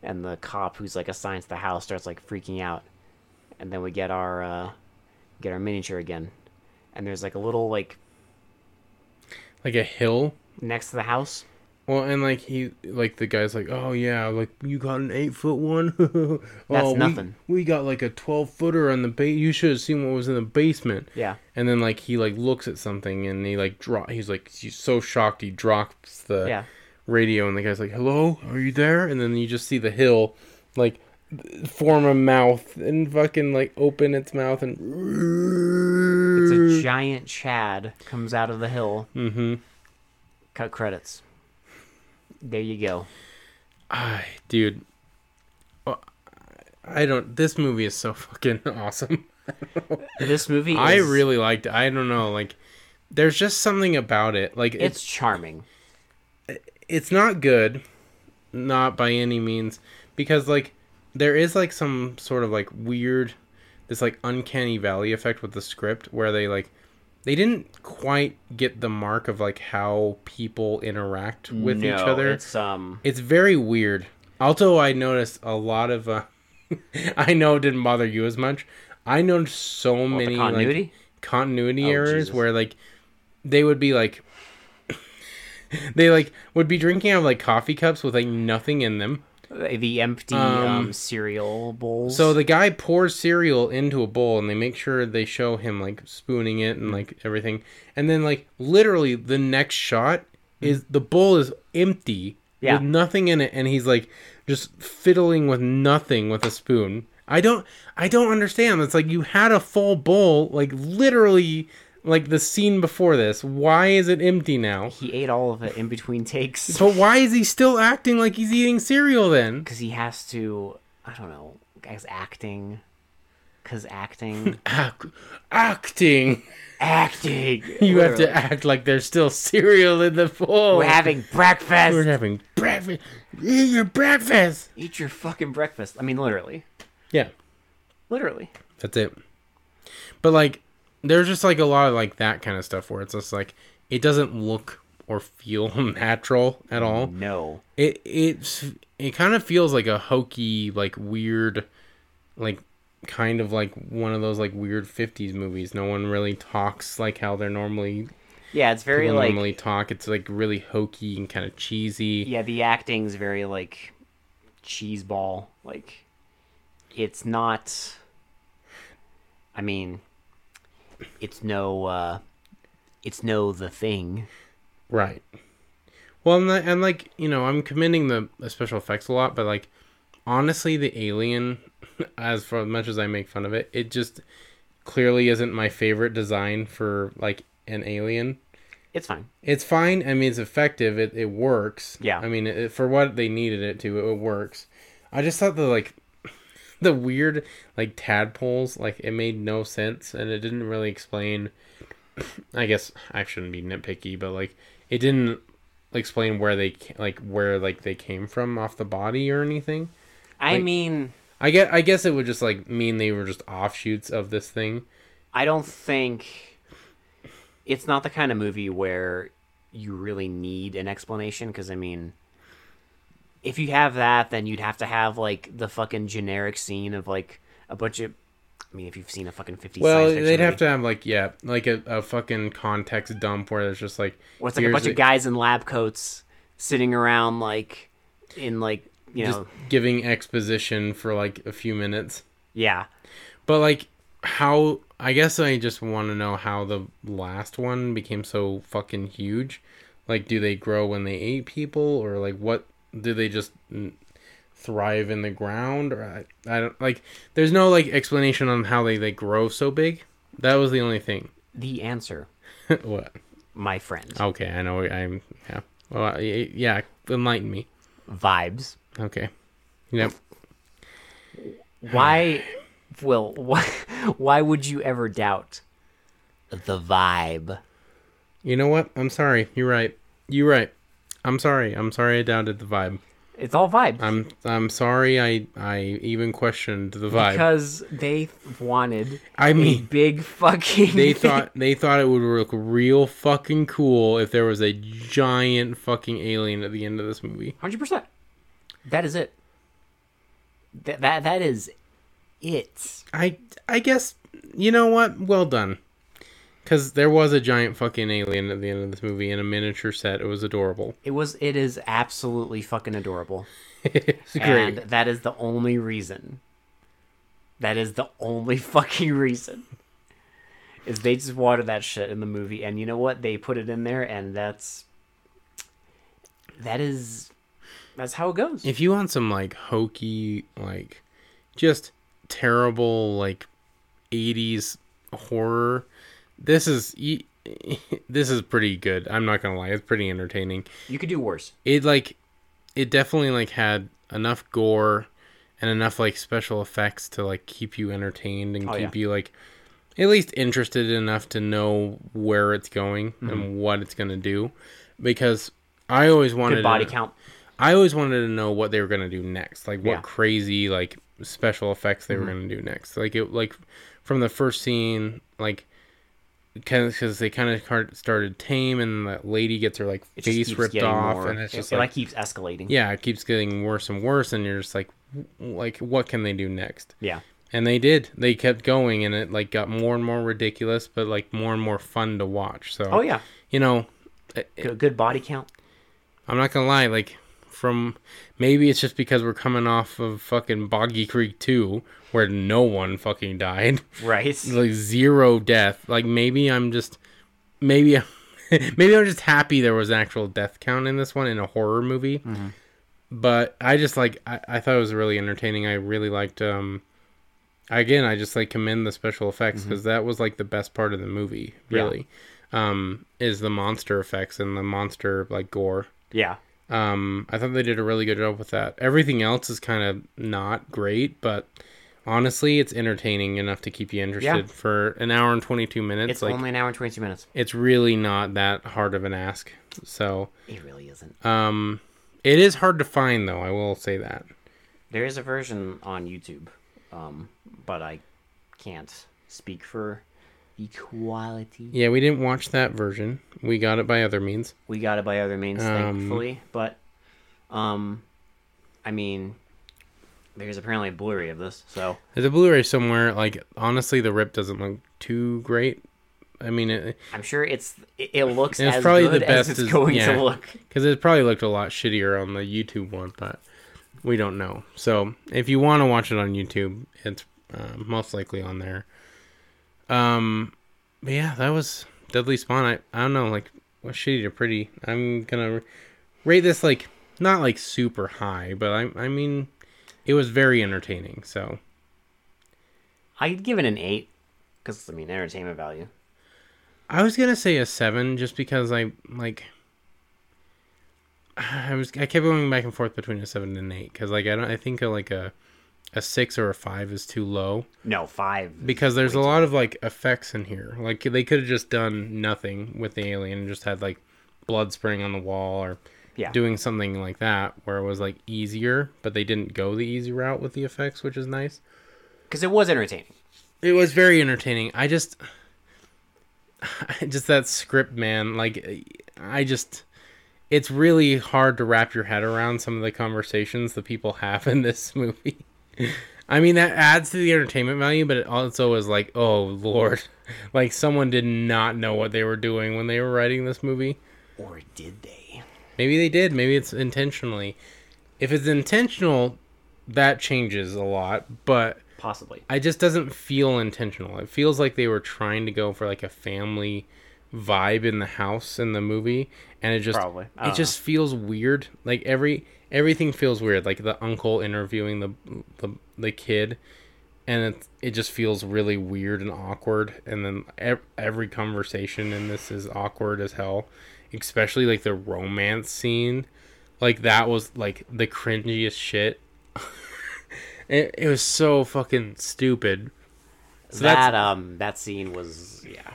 [SPEAKER 2] and the cop who's like assigned to the house starts like freaking out, and then we get our uh, get our miniature again, and there's like a little like
[SPEAKER 1] like a hill.
[SPEAKER 2] next to the house.
[SPEAKER 1] Well, and like he, like the guy's like, oh yeah, like you got an eight foot one. (laughs) oh, we-
[SPEAKER 2] nothing.
[SPEAKER 1] We, got like a twelve footer on the ba You should have seen what was in the basement.
[SPEAKER 2] Yeah.
[SPEAKER 1] And then like he like looks at something and he like drop. He's like he's so shocked he drops the
[SPEAKER 2] Yeah.
[SPEAKER 1] radio and the guy's like, hello, are you there? And then you just see the hill, like form a mouth and fucking like open its mouth and
[SPEAKER 2] It's a
[SPEAKER 1] Mm.
[SPEAKER 2] giant Chad comes out of the hill. Mm-hmm. Cut credits. There you go.
[SPEAKER 1] I, dude, uh, I don't. This movie is so fucking (laughs) awesome.
[SPEAKER 2] This movie. Is,
[SPEAKER 1] I really liked. it. I don't know, like, there's just something about it. Like,
[SPEAKER 2] It's
[SPEAKER 1] it's
[SPEAKER 2] charming.
[SPEAKER 1] it's not good, not by any means, because like there is like some sort of like weird, this like uncanny valley effect with the script where they like they didn't quite get the mark of like how people interact with each
[SPEAKER 2] No,
[SPEAKER 1] other.
[SPEAKER 2] It's um.
[SPEAKER 1] It's very weird. Also, I noticed a lot of. Uh, (laughs) I know it didn't bother you as much. I noticed so many like,
[SPEAKER 2] continuity?
[SPEAKER 1] continuity
[SPEAKER 2] Oh,
[SPEAKER 1] errors
[SPEAKER 2] Jesus.
[SPEAKER 1] where like they would be like (laughs) they like would be drinking out of like coffee cups with like nothing in them.
[SPEAKER 2] uh, the empty
[SPEAKER 1] Um,
[SPEAKER 2] um, cereal bowls.
[SPEAKER 1] So the guy pours cereal into a bowl, and they make sure they show him like spooning it and like everything. And then like literally the next shot is the bowl is empty
[SPEAKER 2] Yeah.
[SPEAKER 1] with nothing in it, and he's like just fiddling with nothing with a spoon. I don't, I don't understand. It's like you had a full bowl, like literally, like the scene before this. Why is it empty now?
[SPEAKER 2] he ate all of it in between takes
[SPEAKER 1] But why is he still acting like he's eating cereal then?
[SPEAKER 2] because he has to. I don't know. Guys, acting. Cause
[SPEAKER 1] (laughs)
[SPEAKER 2] acting,
[SPEAKER 1] Ac- acting.
[SPEAKER 2] acting.
[SPEAKER 1] (laughs) You have to act like there's still cereal in the bowl.
[SPEAKER 2] We're having breakfast.
[SPEAKER 1] We're having breakfast. Eat your breakfast.
[SPEAKER 2] Eat your fucking breakfast. I mean, literally,
[SPEAKER 1] Yeah,
[SPEAKER 2] literally.
[SPEAKER 1] that's it. But like, there's just like a lot of like that kind of stuff where it's just like it doesn't look or feel (laughs) natural at all.
[SPEAKER 2] No.
[SPEAKER 1] It it's it kind of feels like a hokey, like weird, like kind of like one of those like weird 50s movies no one really talks like how they're normally
[SPEAKER 2] Yeah, it's very
[SPEAKER 1] people
[SPEAKER 2] like
[SPEAKER 1] normally talk it's like really hokey and kind of cheesy
[SPEAKER 2] yeah, the acting's very like cheese ball. Like it's not I mean it's no uh it's no the thing.
[SPEAKER 1] Right. Well, and, the, and like you know, I'm commending the, the special effects a lot, but like honestly, the alien, (laughs) as for as much as I make fun of it, it just clearly isn't my favorite design for like an alien.
[SPEAKER 2] It's fine.
[SPEAKER 1] It's fine. I mean, it's effective. It it works.
[SPEAKER 2] Yeah.
[SPEAKER 1] I mean, it, for what they needed it to, it works. I just thought the like (laughs) the weird like tadpoles like it made no sense and it didn't really explain (clears throat) i guess i shouldn't be nitpicky but like it didn't explain where they ca- like where like they came from off the body or anything
[SPEAKER 2] I
[SPEAKER 1] Like-
[SPEAKER 2] mean,
[SPEAKER 1] i get i guess it would just like mean they were just offshoots of this thing
[SPEAKER 2] I don't think it's not the kind of movie where you really need an explanation because I mean if you have that then you'd have to have like the fucking generic scene of like a bunch of I mean if you've seen a fucking 50
[SPEAKER 1] well
[SPEAKER 2] science fiction
[SPEAKER 1] they'd have
[SPEAKER 2] movie.
[SPEAKER 1] to have like yeah like a, a fucking context dump where there's just like
[SPEAKER 2] Or it's like a
[SPEAKER 1] here's
[SPEAKER 2] bunch
[SPEAKER 1] the-
[SPEAKER 2] of guys in lab coats sitting around, like in like you know,
[SPEAKER 1] just giving exposition for like a few minutes
[SPEAKER 2] yeah,
[SPEAKER 1] But like how I guess I just want to know how the last one became so fucking huge. Like do they grow when they ate people or like what do they just mm, thrive in the ground or I, I don't like there's no like explanation on how they they grow so big. That was the only thing. (laughs)
[SPEAKER 2] the answer,
[SPEAKER 1] what?
[SPEAKER 2] my friend,
[SPEAKER 1] Okay, I know I'm yeah. Well, I- yeah, enlighten me.
[SPEAKER 2] vibes.
[SPEAKER 1] Okay. Yep.
[SPEAKER 2] Why, Will? Why, why would you ever doubt the vibe?
[SPEAKER 1] You know what? I'm sorry. You're right. You're right. I'm sorry. I'm sorry I doubted the vibe.
[SPEAKER 2] It's all vibe.
[SPEAKER 1] I'm I'm sorry I I even questioned the vibe.
[SPEAKER 2] because they
[SPEAKER 1] (laughs)
[SPEAKER 2] wanted
[SPEAKER 1] I
[SPEAKER 2] a (laughs)
[SPEAKER 1] mean,
[SPEAKER 2] big fucking
[SPEAKER 1] they thought they thought it would look real fucking cool if there was a giant fucking alien at the end of this movie.
[SPEAKER 2] (laughs) hundred percent. That is it. That that that is it.
[SPEAKER 1] I I guess you know what? Well done. Cuz there was a giant fucking alien at the end of this movie in a miniature set. It was adorable. (laughs)
[SPEAKER 2] It was. It is absolutely fucking adorable,
[SPEAKER 1] it's great.
[SPEAKER 2] and that is the only reason. That is the only (laughs) fucking reason. Is they just watered that shit in the movie, and you know what? They put it in there, and that's that is that's how it goes.
[SPEAKER 1] If you want some like hokey, like just terrible like 80s horror, this is e- (laughs) this is pretty good. I'm not going to lie. It's pretty entertaining.
[SPEAKER 2] You could do worse.
[SPEAKER 1] It like it definitely like had enough gore and enough like special effects to like keep you entertained and
[SPEAKER 2] Oh,
[SPEAKER 1] keep you like at least interested enough to know where it's going
[SPEAKER 2] Mm-hmm.
[SPEAKER 1] and what it's going to do because I always wanted
[SPEAKER 2] Good body
[SPEAKER 1] to-
[SPEAKER 2] count.
[SPEAKER 1] I always wanted to know what they were gonna do next, like what
[SPEAKER 2] Yeah. Mm-hmm.
[SPEAKER 1] crazy like special effects they were gonna do next. Like it, like from the first scene, like because they kind of started tame, and that lady gets her like
[SPEAKER 2] It just
[SPEAKER 1] face
[SPEAKER 2] keeps
[SPEAKER 1] ripped
[SPEAKER 2] getting
[SPEAKER 1] off,
[SPEAKER 2] more-
[SPEAKER 1] and it's
[SPEAKER 2] it-
[SPEAKER 1] just
[SPEAKER 2] it,
[SPEAKER 1] like,
[SPEAKER 2] like keeps escalating.
[SPEAKER 1] yeah, it keeps getting worse and worse, and you're just like, w- like what can they do next?
[SPEAKER 2] yeah.
[SPEAKER 1] And they did. They kept going, and it like got more and more ridiculous, but like more and more fun to watch. So
[SPEAKER 2] Oh yeah.
[SPEAKER 1] you know,
[SPEAKER 2] Good, good body count.
[SPEAKER 1] I'm not gonna lie, like from maybe it's just because we're coming off of fucking Boggy Creek 2 where no one fucking died. (laughs)
[SPEAKER 2] Right.
[SPEAKER 1] Like zero death. Like maybe I'm just maybe (laughs) I'm maybe I'm just happy there was an actual death count in this one in a horror movie. But I just like I, I thought it was really entertaining. I really liked um again, I just like commend the special effects because that was like the best part of the movie,
[SPEAKER 2] Yeah.
[SPEAKER 1] really. Um is the monster effects and the monster like gore.
[SPEAKER 2] Yeah.
[SPEAKER 1] Um, I thought they did a really good job with that. Everything else is kind of not great, but honestly, it's entertaining enough to keep you interested for an hour and 22 minutes.
[SPEAKER 2] It's
[SPEAKER 1] like,
[SPEAKER 2] only an hour and 22 minutes.
[SPEAKER 1] it's really not that hard of an ask. So,
[SPEAKER 2] It really isn't.
[SPEAKER 1] um, it is hard to find, though. I will say that.
[SPEAKER 2] There is a version on YouTube, um, but I can't speak for the quality.
[SPEAKER 1] Yeah, we didn't watch that version. We got it by other means.
[SPEAKER 2] We got it by other means,
[SPEAKER 1] Um,
[SPEAKER 2] thankfully. But, um, I mean, there's apparently a Blu-ray of this, so
[SPEAKER 1] There's a Blu-ray somewhere. Like, honestly, the rip doesn't look too great. I mean, it,
[SPEAKER 2] I'm sure it's it, it looks
[SPEAKER 1] And it's
[SPEAKER 2] as
[SPEAKER 1] probably
[SPEAKER 2] good
[SPEAKER 1] the best
[SPEAKER 2] as
[SPEAKER 1] is-
[SPEAKER 2] it's going
[SPEAKER 1] yeah.
[SPEAKER 2] to look.
[SPEAKER 1] because it probably looked a lot shittier on the YouTube one, but we don't know. So if you want to watch it on YouTube, it's uh, most likely on there. Um, but yeah, that was Deadly Spawn. I, I don't know, like what shitty to pretty. I'm gonna rate this like not like super high, but I I mean it was very entertaining. So
[SPEAKER 2] I'd give it an eight, because I mean, entertainment value.
[SPEAKER 1] I was gonna say a seven just because I like. I was I kept going back and forth between a seven and an eight because like I don't I think a, like a a six or a five is too low
[SPEAKER 2] No, five.
[SPEAKER 1] because there's a lot of like effects in here like they could have just done nothing with the alien and just had like blood spraying on the wall or
[SPEAKER 2] Yeah.
[SPEAKER 1] doing something like that where it was like easier but they didn't go the easy route with the effects which is nice
[SPEAKER 2] Because it was entertaining.
[SPEAKER 1] it was very entertaining i just (sighs) just that script man like i just it's really hard to wrap your head around some of the conversations the people have in this (laughs) movie i mean that adds to the entertainment value but it also is like oh lord (laughs) like someone did not know what they were doing when they were writing this movie
[SPEAKER 2] Or did they?
[SPEAKER 1] Maybe they did. Maybe it's intentionally. If it's intentional, that changes a lot, but
[SPEAKER 2] Possibly.
[SPEAKER 1] it just doesn't feel intentional. It feels like they were trying to go for like a family vibe in the house in the movie and it just
[SPEAKER 2] Probably. I
[SPEAKER 1] it
[SPEAKER 2] don't
[SPEAKER 1] just feels weird. Like every everything feels weird. Like the uncle interviewing the the, the kid and it, it just feels really weird and awkward and then ev- every conversation in this is awkward as hell especially like the romance scene like that was like the cringiest shit it, it was so fucking stupid so
[SPEAKER 2] that
[SPEAKER 1] that's
[SPEAKER 2] um that scene was yeah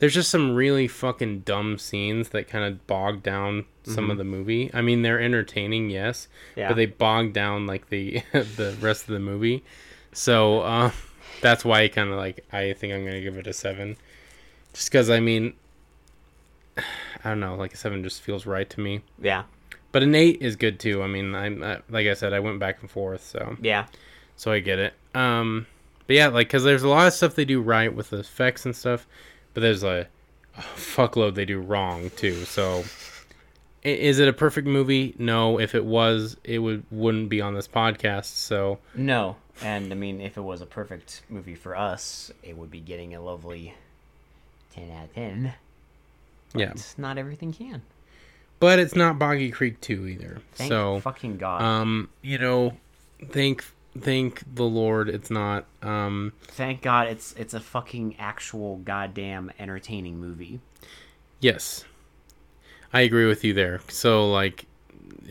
[SPEAKER 1] there's just some really fucking dumb scenes that kind of bog down some of the movie. I mean, they're entertaining, yes,
[SPEAKER 2] Yeah.
[SPEAKER 1] but they bog down like the (laughs) the rest of the movie. So uh, (laughs) that's why I kind of like I think I'm gonna give it a seven, just because I mean, (sighs) I don't know, like a seven just feels right to me.
[SPEAKER 2] Yeah.
[SPEAKER 1] But an eight is good too. I mean, I'm I, like I said, I went back and forth, so
[SPEAKER 2] Yeah.
[SPEAKER 1] so I get it. Um, but yeah, like because there's a lot of stuff they do right with the effects and stuff, but there's a, a fuckload they do wrong too. So, i- is it a perfect movie? No. If it was, it would wouldn't be on this podcast. So
[SPEAKER 2] No. And I mean, if it was a perfect movie for us, it would be getting a lovely 10 out of 10.
[SPEAKER 1] yeah,
[SPEAKER 2] It's not everything can.
[SPEAKER 1] but it's not Boggy Creek two either.
[SPEAKER 2] Thank
[SPEAKER 1] so
[SPEAKER 2] fucking God.
[SPEAKER 1] um, you know, thank thank the Lord, it's not um.
[SPEAKER 2] Thank God it's it's a fucking actual goddamn entertaining movie.
[SPEAKER 1] Yes. I agree with you there. So like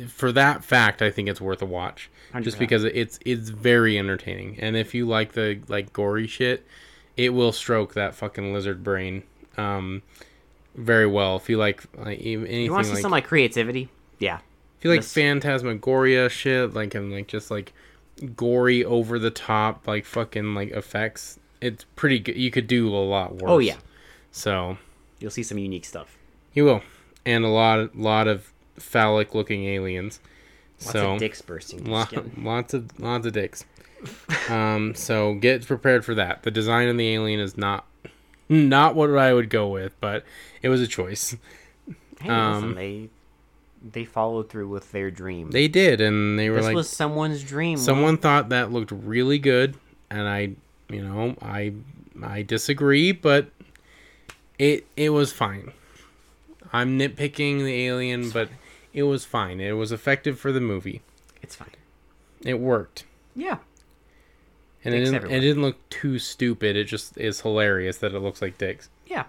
[SPEAKER 1] for that fact, I think it's worth a watch just
[SPEAKER 2] 100%.
[SPEAKER 1] because it's it's very entertaining. And if you like the like gory shit, it will stroke that fucking lizard brain um very well. If you like like even- anything
[SPEAKER 2] You want to see
[SPEAKER 1] like
[SPEAKER 2] some like creativity? Yeah.
[SPEAKER 1] if you like
[SPEAKER 2] this-
[SPEAKER 1] phantasmagoria shit, like and like just like gory over the top like fucking like effects, it's pretty good. You could do a lot worse.
[SPEAKER 2] Oh yeah.
[SPEAKER 1] So,
[SPEAKER 2] You'll see some unique stuff.
[SPEAKER 1] You will, and a lot, lot of phallic-looking aliens.
[SPEAKER 2] Lots
[SPEAKER 1] so
[SPEAKER 2] of dicks bursting through
[SPEAKER 1] lo-
[SPEAKER 2] skin.
[SPEAKER 1] lots of lots of dicks. um, so get prepared for that. The design of the alien is not not what I would go with, but it was a choice.
[SPEAKER 2] Hey,
[SPEAKER 1] um,
[SPEAKER 2] listen, they they followed through with their dream.
[SPEAKER 1] They did, and they were
[SPEAKER 2] this
[SPEAKER 1] like,
[SPEAKER 2] was someone's dream.
[SPEAKER 1] someone thought that looked really good, and I, you know, I I disagree, but it it was fine. I'm nitpicking the alien, but it was fine. It was effective for the movie.
[SPEAKER 2] It's fine.
[SPEAKER 1] It worked.
[SPEAKER 2] Yeah.
[SPEAKER 1] And it
[SPEAKER 2] Dicks
[SPEAKER 1] didn't, it
[SPEAKER 2] everywhere.
[SPEAKER 1] didn't look too stupid. It just is hilarious that it looks like dicks.
[SPEAKER 2] Yeah.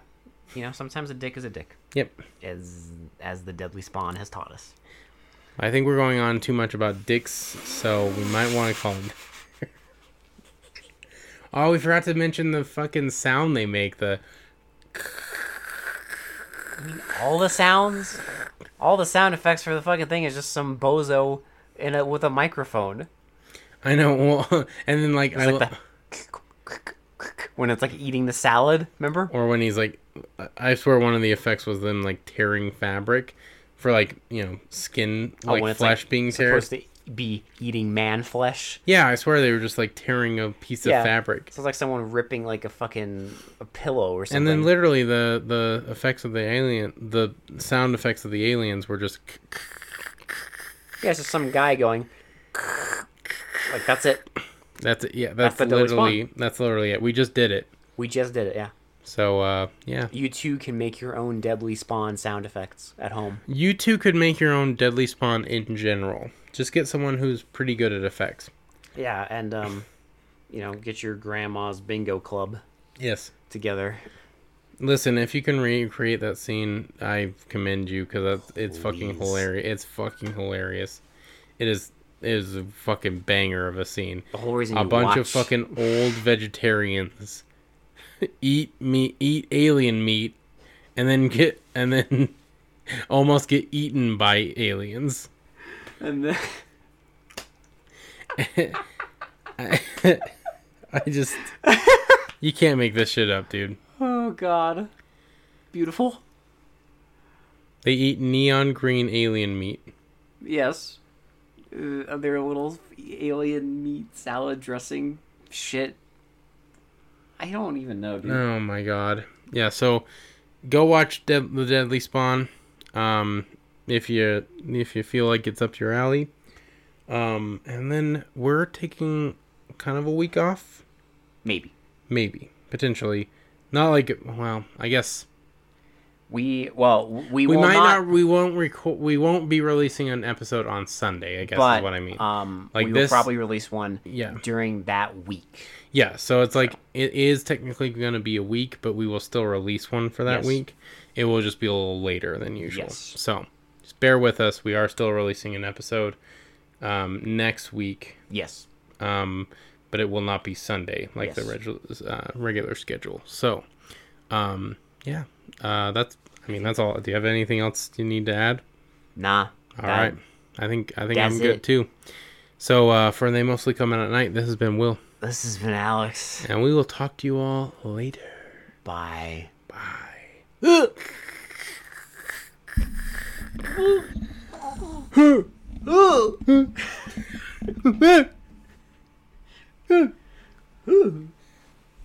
[SPEAKER 2] You know, sometimes a dick is a dick,
[SPEAKER 1] Yep.
[SPEAKER 2] as as the Deadly Spawn has taught us.
[SPEAKER 1] I think we're going on too much about dicks, so we might want to call it. (laughs) oh, we forgot to mention the fucking sound they make. The
[SPEAKER 2] All the sounds, all the sound effects for the fucking thing is just some bozo in a, with a microphone.
[SPEAKER 1] I know. (laughs) Well, and then like, I,
[SPEAKER 2] It's
[SPEAKER 1] lo-
[SPEAKER 2] like the when it's like eating the salad. Remember?
[SPEAKER 1] or when he's like, I swear one of the effects was them like tearing fabric for like you know skin like
[SPEAKER 2] Oh, when it's, like,
[SPEAKER 1] flesh being tear.
[SPEAKER 2] supposed to be eating man flesh.
[SPEAKER 1] Yeah, I swear they were just like tearing a piece
[SPEAKER 2] Yeah.
[SPEAKER 1] of fabric.
[SPEAKER 2] Sounds like someone ripping like a fucking a pillow or something.
[SPEAKER 1] And then literally the the effects of the alien, the sound effects of the aliens were just
[SPEAKER 2] yeah, it's just some guy going. Like that's it.
[SPEAKER 1] that's it. Yeah, that's,
[SPEAKER 2] That's the Deadly Spawn.
[SPEAKER 1] literally that's literally it. We just did it.
[SPEAKER 2] We just did it. Yeah.
[SPEAKER 1] So uh, yeah,
[SPEAKER 2] You too can make your own Deadly Spawn sound effects at home.
[SPEAKER 1] you two could make your own deadly spawn in general. Just get someone who's pretty good at effects.
[SPEAKER 2] Yeah, and um, you know, get your grandma's bingo club
[SPEAKER 1] Yes.
[SPEAKER 2] together.
[SPEAKER 1] Listen, if you can recreate that scene, I commend you because it's fucking
[SPEAKER 2] Please.
[SPEAKER 1] hilarious. It's fucking hilarious. It is it is a fucking banger of a scene.
[SPEAKER 2] The whole reason
[SPEAKER 1] A
[SPEAKER 2] you
[SPEAKER 1] bunch
[SPEAKER 2] watch,
[SPEAKER 1] of fucking old vegetarians (laughs) eat meat, eat alien meat, and then get and then (laughs) almost get eaten by aliens.
[SPEAKER 2] And then, (laughs)
[SPEAKER 1] (laughs) I just you can't make this shit up, dude.
[SPEAKER 2] oh god, beautiful.
[SPEAKER 1] They eat neon green alien meat.
[SPEAKER 2] Yes, uh, their little alien meat salad dressing shit. I don't even know, dude.
[SPEAKER 1] Oh my god. Yeah, so go watch Dead the Deadly Spawn. Um if you if you feel like it's up your alley. Um and then we're taking kind of a week off,
[SPEAKER 2] Maybe
[SPEAKER 1] maybe, potentially. Not like well, I guess
[SPEAKER 2] we well
[SPEAKER 1] we
[SPEAKER 2] we, will
[SPEAKER 1] might
[SPEAKER 2] not,
[SPEAKER 1] not, we won't record we won't be releasing an episode on Sunday, I guess
[SPEAKER 2] but
[SPEAKER 1] is what I mean.
[SPEAKER 2] um
[SPEAKER 1] Like
[SPEAKER 2] we
[SPEAKER 1] this-
[SPEAKER 2] will probably release one
[SPEAKER 1] Yeah.
[SPEAKER 2] during that week.
[SPEAKER 1] Yeah, so it's like it is technically going to be a week, but we will still release one for that
[SPEAKER 2] Yes.
[SPEAKER 1] week. It will just be a little later than usual.
[SPEAKER 2] Yes.
[SPEAKER 1] So just bear with us. We are still releasing an episode um, next week,
[SPEAKER 2] Yes,
[SPEAKER 1] um, but it will not be Sunday like the
[SPEAKER 2] Yes.
[SPEAKER 1] regu- uh, regular schedule. So um, yeah, Uh, that's. I mean, that's all. Do you have anything else you need to add?
[SPEAKER 2] Nah.
[SPEAKER 1] All right. I think I think I'm
[SPEAKER 2] That's
[SPEAKER 1] good
[SPEAKER 2] it.
[SPEAKER 1] too. So uh, for they mostly come out at night. This has been Will,
[SPEAKER 2] This has been Alex.
[SPEAKER 1] and we will talk to you all later.
[SPEAKER 2] Bye.
[SPEAKER 1] Bye.